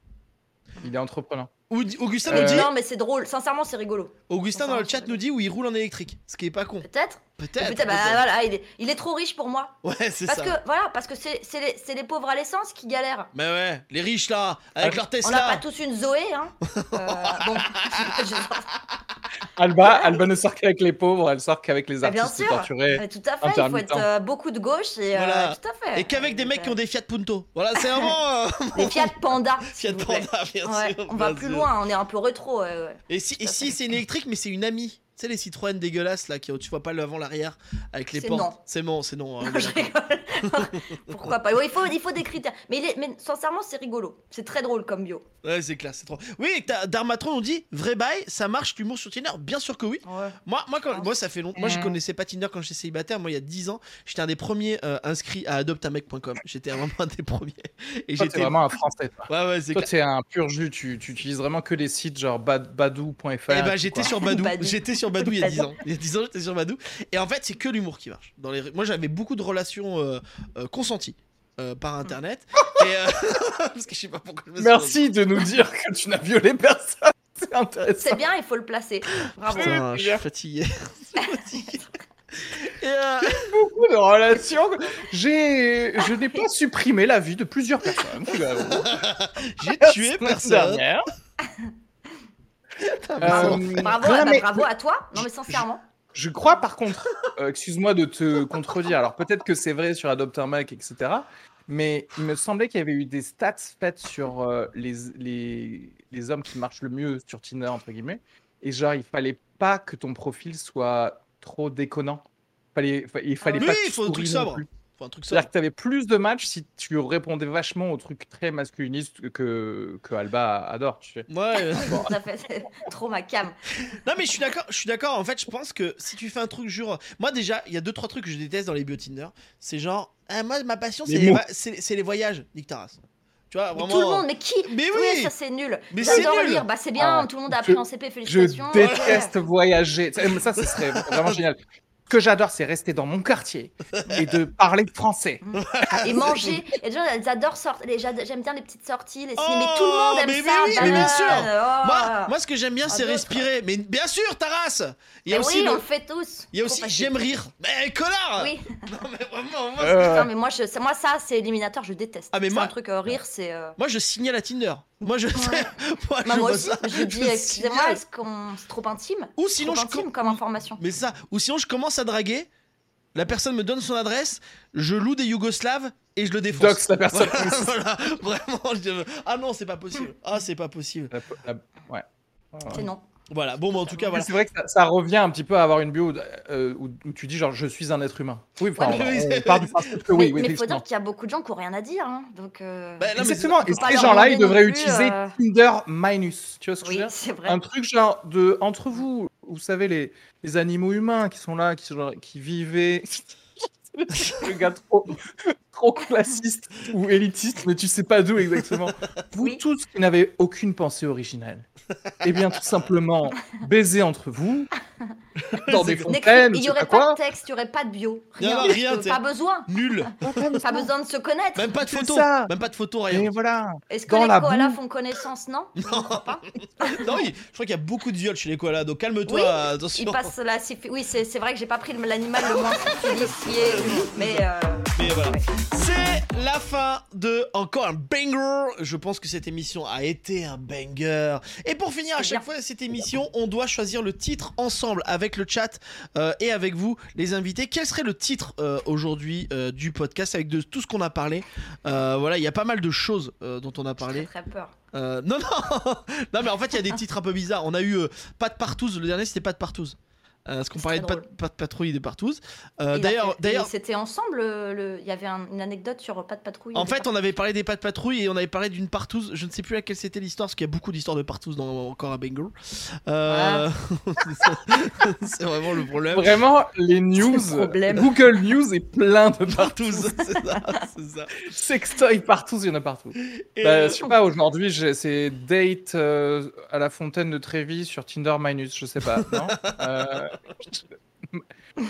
[SPEAKER 1] il est entreprenant.
[SPEAKER 2] Ou- Augustin
[SPEAKER 1] Euh,
[SPEAKER 2] nous dit,
[SPEAKER 3] Non, mais c'est drôle. Sincèrement, c'est rigolo.
[SPEAKER 2] Augustin
[SPEAKER 3] enfin,
[SPEAKER 2] dans le chat
[SPEAKER 3] ouais.
[SPEAKER 2] nous dit où il roule en électrique. Ce qui est pas con.
[SPEAKER 3] Peut-être.
[SPEAKER 2] Peut-être.
[SPEAKER 3] Peut-être, bah,
[SPEAKER 2] peut-être.
[SPEAKER 3] voilà, il est, il est trop riche pour moi.
[SPEAKER 2] Ouais, c'est
[SPEAKER 3] Parce
[SPEAKER 2] ça.
[SPEAKER 3] que voilà, parce que c'est c'est les, c'est les pauvres à l'essence qui galèrent.
[SPEAKER 2] Mais ouais, les riches là, avec
[SPEAKER 1] Ah,
[SPEAKER 2] leur
[SPEAKER 3] On n'a
[SPEAKER 2] Tesla.
[SPEAKER 3] pas tous une Zoé, hein. Euh, bon, je-
[SPEAKER 1] Alba, Alba ne sort qu'avec les pauvres, elle sort qu'avec les
[SPEAKER 3] Bah, bien
[SPEAKER 1] artistes
[SPEAKER 3] sûr.
[SPEAKER 1] torturés.
[SPEAKER 3] mais tout à fait. Il faut être
[SPEAKER 1] Intermittent.
[SPEAKER 3] euh, beaucoup de gauche et euh,
[SPEAKER 2] Voilà.
[SPEAKER 3] tout à fait.
[SPEAKER 2] Et qu'avec des mecs qui ont des Fiat Punto. Voilà, c'est vraiment euh,
[SPEAKER 3] des Fiat Panda. s'il
[SPEAKER 2] Fiat
[SPEAKER 3] vous plaît.
[SPEAKER 2] Panda, bien
[SPEAKER 3] Ouais,
[SPEAKER 2] sûr.
[SPEAKER 3] on va
[SPEAKER 2] bien
[SPEAKER 3] plus
[SPEAKER 2] sûr.
[SPEAKER 3] loin. On est un peu rétro. ouais, ouais.
[SPEAKER 2] Et si, et
[SPEAKER 3] Tout à
[SPEAKER 2] si c'est une électrique, mais c'est une amie. Tu sais, les Citroën dégueulasses là, qui, tu vois pas l'avant, l'arrière, avec les
[SPEAKER 3] C'est
[SPEAKER 2] portes.
[SPEAKER 3] non.
[SPEAKER 2] C'est non, c'est non. hein, on
[SPEAKER 3] Non,
[SPEAKER 2] est
[SPEAKER 3] je
[SPEAKER 2] d'accord.
[SPEAKER 3] rigole. Pourquoi pas Ouais, il, faut, il faut des critères. Mais, il est- mais sincèrement, c'est rigolo. C'est très drôle comme bio.
[SPEAKER 2] Ouais, c'est classe, c'est trop. Oui, et que t'as- Darmatron nous dit vrai bail, ça marche l'humour sur Tinder Bien sûr que oui. Moi, moi,
[SPEAKER 3] Ah.
[SPEAKER 2] quand, moi ça fait longtemps. Moi, je
[SPEAKER 3] Mm.
[SPEAKER 4] Mhm.
[SPEAKER 2] connaissais pas Tinder quand j'étais célibataire. Moi, il y a 10 ans, j'étais un des premiers euh, inscrits à adoptamec.com. J'étais vraiment un des premiers. Et
[SPEAKER 1] Toi, t'es
[SPEAKER 2] j'étais.
[SPEAKER 1] vraiment un français. Toi,
[SPEAKER 2] Ouais, ouais, c'est
[SPEAKER 1] Toi,
[SPEAKER 2] clair.
[SPEAKER 1] t'es un pur jus. Tu, tu utilises vraiment que des sites genre bad- badou.fr.
[SPEAKER 2] Eh ben,
[SPEAKER 1] tout
[SPEAKER 2] j'étais
[SPEAKER 1] quoi.
[SPEAKER 2] sur Badou.
[SPEAKER 3] Badou.
[SPEAKER 2] J'étais sur Badou il y a
[SPEAKER 3] Badou.
[SPEAKER 2] 10 ans. Il y a 10 ans, j'étais sur Badou. Et en fait, c'est que l'humour qui marche. Dans les... Moi, j'avais beaucoup de relations euh, euh, consenties euh, par internet.
[SPEAKER 3] Mm.
[SPEAKER 2] Et, euh, Parce que je sais pas pourquoi je me suis
[SPEAKER 1] Merci de nous dire que tu n'as violé personne. C'est intéressant.
[SPEAKER 3] C'est bien, il faut le placer. Bravo.
[SPEAKER 2] Putain, je suis fatigué. Je suis fatigué. Et euh,
[SPEAKER 1] Beaucoup de relations. J'ai, je n'ai pas supprimé la vie de plusieurs personnes. tu l'avoues.
[SPEAKER 2] j'ai
[SPEAKER 1] La
[SPEAKER 2] tué
[SPEAKER 1] semaine
[SPEAKER 2] personne.
[SPEAKER 1] dernière.
[SPEAKER 3] Bravo,
[SPEAKER 1] Euh,
[SPEAKER 3] bravo,
[SPEAKER 1] non,
[SPEAKER 3] ah bah,
[SPEAKER 1] mais-
[SPEAKER 3] bravo à toi. Non, mais sincèrement.
[SPEAKER 1] Je crois par contre, euh, excuse-moi de te contredire, alors peut-être que c'est vrai sur Adopt un Mac, etc. Mais il me semblait qu'il y avait eu des stats faites sur euh, les, les, les hommes qui marchent le mieux sur Tinder, entre guillemets. Et genre, il fallait pas que ton profil soit trop déconnant. Fallait, fa- il fallait
[SPEAKER 2] Ah oui,
[SPEAKER 1] pas
[SPEAKER 2] il faut un truc
[SPEAKER 1] souris non
[SPEAKER 2] sobre.
[SPEAKER 1] plus.
[SPEAKER 2] Faut un truc sobre.
[SPEAKER 1] C'est-à-dire que tu avais plus de matchs si tu répondais vachement au truc très masculiniste que, que Alba adore. Tu sais.
[SPEAKER 2] Ouais. euh.
[SPEAKER 3] Tout à fait, c'est trop ma cam.
[SPEAKER 2] Non mais je suis d'accord, je suis d'accord. En fait, je pense que si tu fais un truc jure, moi déjà, il y a deux trois trucs que je déteste dans les bio Tinder. C'est genre, ah, moi ma passion c'est
[SPEAKER 1] Les
[SPEAKER 2] les,
[SPEAKER 1] mots.
[SPEAKER 2] va- c'est c'est les voyages, Nick Taras. Tu vois
[SPEAKER 3] Mais
[SPEAKER 2] vraiment. euh,
[SPEAKER 3] tout le monde, mais qui
[SPEAKER 2] Mais oui.
[SPEAKER 3] ça c'est nul.
[SPEAKER 2] Mais c'est
[SPEAKER 3] J'adore
[SPEAKER 2] nul.
[SPEAKER 3] lire, bah c'est
[SPEAKER 1] Ah
[SPEAKER 3] bien,
[SPEAKER 1] ouais.
[SPEAKER 3] tout le monde a appris
[SPEAKER 1] Je-
[SPEAKER 3] en CP,
[SPEAKER 1] Je
[SPEAKER 3] félicitations.
[SPEAKER 1] déteste voyager. Ça, ça, ce serait vraiment génial. Ce que j'adore, c'est rester dans mon quartier et de parler français.
[SPEAKER 3] Ah, Et manger, et les gens elles adorent sortir, les- j'ad- j'aime bien les petites sorties, les ciné, mais
[SPEAKER 2] Oh,
[SPEAKER 3] tout le monde aime
[SPEAKER 2] mais
[SPEAKER 3] ça.
[SPEAKER 2] oui, mais bien sûr.
[SPEAKER 3] banane, oh.
[SPEAKER 2] Moi, moi, ce que j'aime bien, c'est
[SPEAKER 3] Ah, d'autres.
[SPEAKER 2] respirer. Mais bien sûr, Taras. Il y a
[SPEAKER 3] Mais
[SPEAKER 2] aussi,
[SPEAKER 3] oui,
[SPEAKER 2] le-
[SPEAKER 3] on le fait tous.
[SPEAKER 2] il y a
[SPEAKER 3] Faut
[SPEAKER 2] aussi,
[SPEAKER 3] pas se-
[SPEAKER 2] j'aime rire. Mais connard.
[SPEAKER 3] Oui,
[SPEAKER 2] Non mais vraiment, moi,
[SPEAKER 1] Euh,
[SPEAKER 3] non, mais moi, je, moi ça c'est éliminateur, je déteste.
[SPEAKER 2] Ah, mais
[SPEAKER 3] c'est
[SPEAKER 2] moi-
[SPEAKER 3] un truc euh, rire, c'est. euh,
[SPEAKER 2] Moi, je signale à Tinder. Moi, je. moi,
[SPEAKER 3] Bah,
[SPEAKER 2] je
[SPEAKER 3] moi
[SPEAKER 2] vois
[SPEAKER 3] aussi,
[SPEAKER 2] ça,
[SPEAKER 3] je dis,
[SPEAKER 2] signale.
[SPEAKER 3] excusez-moi, est-ce qu'on c'est trop intime
[SPEAKER 2] Ou sinon,
[SPEAKER 3] Trop
[SPEAKER 2] je. com-
[SPEAKER 3] intime comme information.
[SPEAKER 2] Mais c'est ça. Ou sinon, je commence à draguer. La personne me donne son adresse. Je loue des Yougoslaves et je le défonce.
[SPEAKER 1] Dox, la personne.
[SPEAKER 2] voilà, vraiment. je- Ah non, c'est pas possible. Ah, c'est pas possible.
[SPEAKER 1] La- la- ouais. Ouais.
[SPEAKER 3] C'est non.
[SPEAKER 2] Voilà. Bon, mais en tout cas, voilà.
[SPEAKER 1] C'est vrai que ça, ça revient un petit peu à avoir une bio euh, où, où tu dis genre je suis un être humain. Oui, enfin,
[SPEAKER 2] Ouais, mais-
[SPEAKER 1] on, on part du principe que oui,
[SPEAKER 3] mais
[SPEAKER 1] oui,
[SPEAKER 3] il faut dire
[SPEAKER 1] effectivement.
[SPEAKER 3] qu'il y a beaucoup de gens qui ont rien à dire. hein, donc, euh,
[SPEAKER 2] Bah, non, mais
[SPEAKER 1] Exactement.
[SPEAKER 3] faut
[SPEAKER 1] Et
[SPEAKER 3] pas
[SPEAKER 1] ces
[SPEAKER 3] leur
[SPEAKER 1] gens-là,
[SPEAKER 3] demander
[SPEAKER 1] ils
[SPEAKER 3] non
[SPEAKER 1] devraient
[SPEAKER 3] plus,
[SPEAKER 1] utiliser
[SPEAKER 3] euh,
[SPEAKER 1] Tinder minus. Tu vois ce que je
[SPEAKER 3] Oui,
[SPEAKER 1] veux dire
[SPEAKER 3] c'est vrai.
[SPEAKER 1] Un truc genre de entre vous, vous savez les, les animaux humains qui sont là, qui sont- qui vivaient. le gars trop, trop classiste ou élitiste, mais tu sais pas d'où exactement. Vous
[SPEAKER 3] Oui.
[SPEAKER 1] tous qui n'avez aucune pensée originale, eh bien tout simplement baiser entre vous dans des
[SPEAKER 3] N'écris-
[SPEAKER 1] fontaines,
[SPEAKER 3] Il
[SPEAKER 1] je
[SPEAKER 3] n'y
[SPEAKER 1] sais
[SPEAKER 3] aurait
[SPEAKER 1] pas
[SPEAKER 3] pas
[SPEAKER 1] quoi.
[SPEAKER 3] de texte, il n'y aurait pas de bio.
[SPEAKER 2] Il y
[SPEAKER 3] Rien.
[SPEAKER 2] aurait rien,
[SPEAKER 3] Parce que
[SPEAKER 2] t'sais.
[SPEAKER 3] pas besoin.
[SPEAKER 2] Nul.
[SPEAKER 3] Pas besoin de se connaître.
[SPEAKER 2] Même pas de
[SPEAKER 1] C'est
[SPEAKER 2] photo.
[SPEAKER 1] ça.
[SPEAKER 2] Même pas de photo,
[SPEAKER 1] Et
[SPEAKER 2] rien.
[SPEAKER 1] voilà.
[SPEAKER 3] Est-ce que
[SPEAKER 1] Dans
[SPEAKER 3] les
[SPEAKER 1] la
[SPEAKER 3] koalas
[SPEAKER 1] boue.
[SPEAKER 3] font connaissance, non
[SPEAKER 2] Non, oui, je crois qu'il y a beaucoup de viols chez les koalas, donc calme-toi,
[SPEAKER 3] Oui,
[SPEAKER 2] attention.
[SPEAKER 3] Ils passent la syphi- Oui, c'est c'est vrai que j'ai pas pris l'animal le moins syphilisé, mais euh,
[SPEAKER 2] Mais voilà. C'est la fin de encore un banger. Je pense que cette émission a été un banger. Et pour finir, à
[SPEAKER 3] C'est
[SPEAKER 2] chaque
[SPEAKER 3] bien.
[SPEAKER 2] fois cette émission, on doit choisir le titre ensemble avec le chat euh, et avec vous, les invités. Quel serait le titre euh, aujourd'hui euh, du podcast avec de tout ce qu'on a parlé Euh, Voilà, il y a pas mal de choses euh, dont on a
[SPEAKER 3] j'ai
[SPEAKER 2] parlé.
[SPEAKER 3] très peur.
[SPEAKER 2] Euh, non, non, non, mais en fait, il y a des titres un peu bizarres. On a eu euh, Pas de partouze, le dernier c'était Pas de partouze. Euh, parce qu'on
[SPEAKER 3] C'est
[SPEAKER 2] parlait de
[SPEAKER 3] très
[SPEAKER 2] pas,
[SPEAKER 3] drôle.
[SPEAKER 2] Pat- patrouille de partouze.
[SPEAKER 3] Il
[SPEAKER 2] Euh,
[SPEAKER 3] a
[SPEAKER 2] D'ailleurs,
[SPEAKER 3] fait- et
[SPEAKER 2] d'ailleurs,
[SPEAKER 3] c'était ensemble. euh, le- Il y avait un- une anecdote sur pas de patrouille.
[SPEAKER 2] en fait, on avait parlé des pas de patrouille et on avait parlé d'une partouze. Je ne sais plus laquelle c'était l'histoire, parce qu'il y a beaucoup d'histoires de partouze dans encore à Bingo. Euh, c'est- c'est vraiment le problème.
[SPEAKER 1] Vraiment, les news,
[SPEAKER 3] Euh, C'est le problème.
[SPEAKER 1] Google News est plein de partout.
[SPEAKER 2] Partouze, c'est ça, c'est ça.
[SPEAKER 1] Sextoy partout, il y en a partout.
[SPEAKER 2] Et,
[SPEAKER 1] Bah,
[SPEAKER 2] euh,
[SPEAKER 1] je sais pas, aujourd'hui, j'ai- c'est date euh, à la fontaine de Trévis sur Tinder Minus, je sais pas. Non Euh,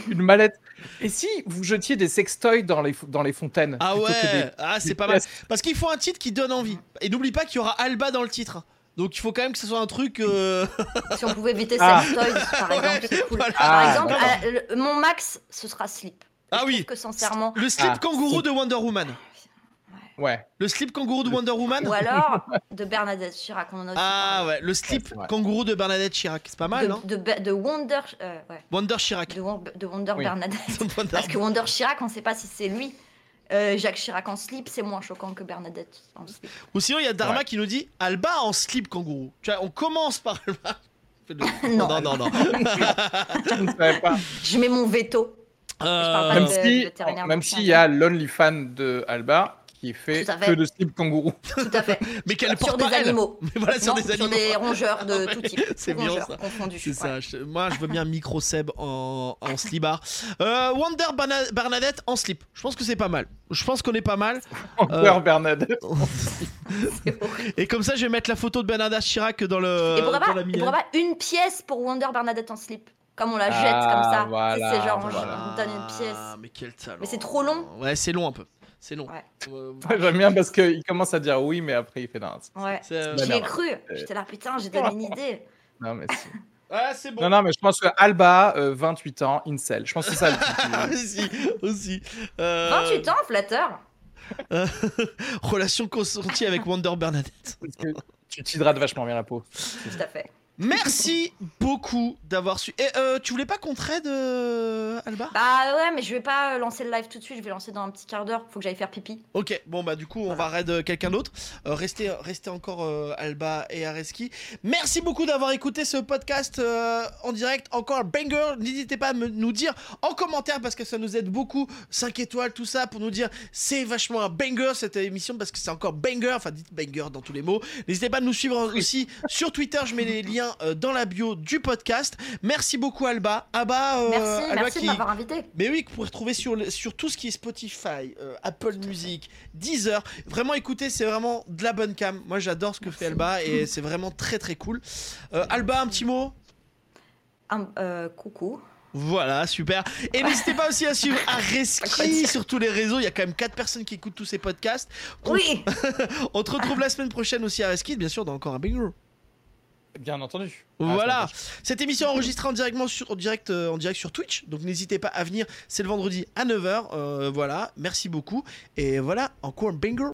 [SPEAKER 1] Une mallette. Et si vous jetiez des sextoys dans les, fo- dans les fontaines
[SPEAKER 2] ah
[SPEAKER 1] plutôt que des-
[SPEAKER 2] ouais, ah, c'est
[SPEAKER 1] des
[SPEAKER 2] pas mal.
[SPEAKER 1] pièces
[SPEAKER 2] Parce qu'il faut un titre qui donne envie. Et n'oublie pas qu'il y aura Alba dans le titre. Donc il faut quand même que ce soit un truc. euh,
[SPEAKER 3] si on pouvait éviter
[SPEAKER 1] Ah.
[SPEAKER 3] cette toys, par exemple, c'est cool.
[SPEAKER 2] voilà.
[SPEAKER 3] Par
[SPEAKER 1] Ah,
[SPEAKER 3] exemple,
[SPEAKER 2] d'accord.
[SPEAKER 3] à- le- mon max, ce sera slip.
[SPEAKER 2] Ah
[SPEAKER 3] Je
[SPEAKER 2] oui,
[SPEAKER 3] trouve que sincèrement,
[SPEAKER 2] le slip
[SPEAKER 1] Ah,
[SPEAKER 2] kangourou
[SPEAKER 1] si.
[SPEAKER 2] de Wonder Woman.
[SPEAKER 1] Ouais.
[SPEAKER 2] Le slip kangourou de Wonder Woman.
[SPEAKER 3] ou alors de Bernadette Chirac, on en a aussi
[SPEAKER 2] Ah
[SPEAKER 3] parlé.
[SPEAKER 2] ouais, le slip
[SPEAKER 1] c'est vrai.
[SPEAKER 2] kangourou de Bernadette Chirac. C'est pas mal, non
[SPEAKER 3] de, de, Be- de Wonder, euh, ouais,
[SPEAKER 2] Wonder Chirac.
[SPEAKER 3] de, Won- de Wonder
[SPEAKER 1] Oui.
[SPEAKER 3] Bernadette.
[SPEAKER 2] Wonder-
[SPEAKER 3] Parce que Wonder Chirac, on sait pas si c'est lui. Euh, Jacques Chirac en slip, c'est moins choquant que Bernadette en slip.
[SPEAKER 2] Ou sinon, il y a Dharma qui nous dit Alba en slip kangourou. Tu vois, on commence par Alba.
[SPEAKER 3] Non.
[SPEAKER 2] non, non, non.
[SPEAKER 1] Je ne savais pas.
[SPEAKER 3] Je mets mon veto.
[SPEAKER 2] Euh,
[SPEAKER 3] Pas
[SPEAKER 1] Même
[SPEAKER 3] de- de
[SPEAKER 1] si,
[SPEAKER 3] vétérinaire
[SPEAKER 1] même
[SPEAKER 3] de
[SPEAKER 1] s'il y a l'only fan de Alba qui fait
[SPEAKER 3] Tout à fait.
[SPEAKER 1] que de slip kangourou.
[SPEAKER 2] Euh.
[SPEAKER 3] Tout à fait.
[SPEAKER 2] mais qu'elle porte
[SPEAKER 3] sur des
[SPEAKER 2] pas elle.
[SPEAKER 3] animaux.
[SPEAKER 2] Mais voilà, sur
[SPEAKER 3] Non,
[SPEAKER 2] des animaux.
[SPEAKER 3] rongeurs de tout type.
[SPEAKER 2] C'est bien,
[SPEAKER 3] rongeurs
[SPEAKER 2] ça.
[SPEAKER 3] confondus.
[SPEAKER 2] C'est
[SPEAKER 3] ouais.
[SPEAKER 2] ça, je- moi je veux bien micro Seb en, en slibard. Euh, Wonder Bana- Bernadette en slip. Je pense que c'est pas mal. Je pense qu'on est pas mal.
[SPEAKER 1] Encore Bernadette.
[SPEAKER 3] C'est horrible.
[SPEAKER 2] Et comme ça, je vais mettre la photo de Bernadette Chirac dans le.
[SPEAKER 3] Et pourquoi
[SPEAKER 2] dans
[SPEAKER 3] pas,
[SPEAKER 2] la
[SPEAKER 3] et
[SPEAKER 2] mienne.
[SPEAKER 3] pourquoi pas une pièce pour Wonder Bernadette en slip Comme on la jette
[SPEAKER 1] Ah,
[SPEAKER 3] comme ça.
[SPEAKER 1] voilà,
[SPEAKER 3] c'est genre, on-
[SPEAKER 1] voilà.
[SPEAKER 3] on donne une pièce.
[SPEAKER 2] Mais quel talent.
[SPEAKER 3] Mais c'est trop long.
[SPEAKER 2] Ouais, c'est long un peu. C'est long.
[SPEAKER 3] Ouais.
[SPEAKER 2] Euh,
[SPEAKER 1] J'aime bien parce qu'il commence à dire oui, mais après il fait non. c'est-
[SPEAKER 3] Ouais.
[SPEAKER 2] c'est, euh,
[SPEAKER 1] Bah,
[SPEAKER 3] J'y ai
[SPEAKER 1] merde.
[SPEAKER 3] cru. J'étais là, putain, j'ai donné une idée.
[SPEAKER 1] Non, mais c'est-
[SPEAKER 2] Ah, c'est bon.
[SPEAKER 1] non, non, mais je pense que Alba, euh, 28 ans, incel. Je pense que c'est ça le
[SPEAKER 2] Ah,
[SPEAKER 1] titre.
[SPEAKER 2] aussi, aussi. Euh,
[SPEAKER 3] 28 ans, flatteur.
[SPEAKER 2] Relation consentie avec Wonder Bernadette.
[SPEAKER 1] Parce que tu t'hydrates vachement bien la peau.
[SPEAKER 3] Tout à fait.
[SPEAKER 2] Merci beaucoup d'avoir su. Et euh, tu voulais pas qu'on traide euh, Alba
[SPEAKER 3] Bah ouais, mais je vais pas euh, lancer le live tout de suite. Je vais lancer dans un petit quart d'heure. Faut que j'aille faire pipi.
[SPEAKER 2] Ok, bon bah du coup on va raid euh, quelqu'un d'autre. Euh, restez, restez encore euh, Alba et Areski. Merci beaucoup d'avoir écouté ce podcast euh, en direct. Encore un banger. N'hésitez pas à me- nous dire en commentaire parce que ça nous aide beaucoup. 5 étoiles, tout ça pour nous dire c'est vachement un banger cette émission parce que c'est encore banger. Enfin dites banger dans tous les mots. N'hésitez pas à nous suivre aussi sur Twitter. Je mets les liens euh, dans la bio du podcast. Merci beaucoup Alba. Abba, euh,
[SPEAKER 3] Merci,
[SPEAKER 2] Alba
[SPEAKER 3] merci
[SPEAKER 2] qui-
[SPEAKER 3] de m'avoir invité.
[SPEAKER 2] mais oui, que vous pouvez retrouver sur, le- sur tout ce qui est Spotify, euh, Apple Music, Deezer. Vraiment, écoutez, c'est vraiment de la bonne cam. Moi, j'adore ce que fait Alba et c'est vraiment très très cool. Euh, Alba, un petit mot
[SPEAKER 3] Un- euh, coucou.
[SPEAKER 2] voilà, super. Et n'hésitez pas aussi à suivre Areski sur tous les réseaux. Il y a quand même 4 personnes qui écoutent tous ces podcasts.
[SPEAKER 3] Oui,
[SPEAKER 2] On te retrouve la semaine prochaine aussi à Areski, bien sûr, dans encore un Big Room.
[SPEAKER 1] Bien entendu. Ah,
[SPEAKER 2] Voilà. Cette émission est enregistrée en, directement sur, en, direct, euh, en direct sur Twitch, donc n'hésitez pas Euh, à venir, c'est le vendredi à 9h. voilà, merci beaucoup. Et voilà, encore un bingo.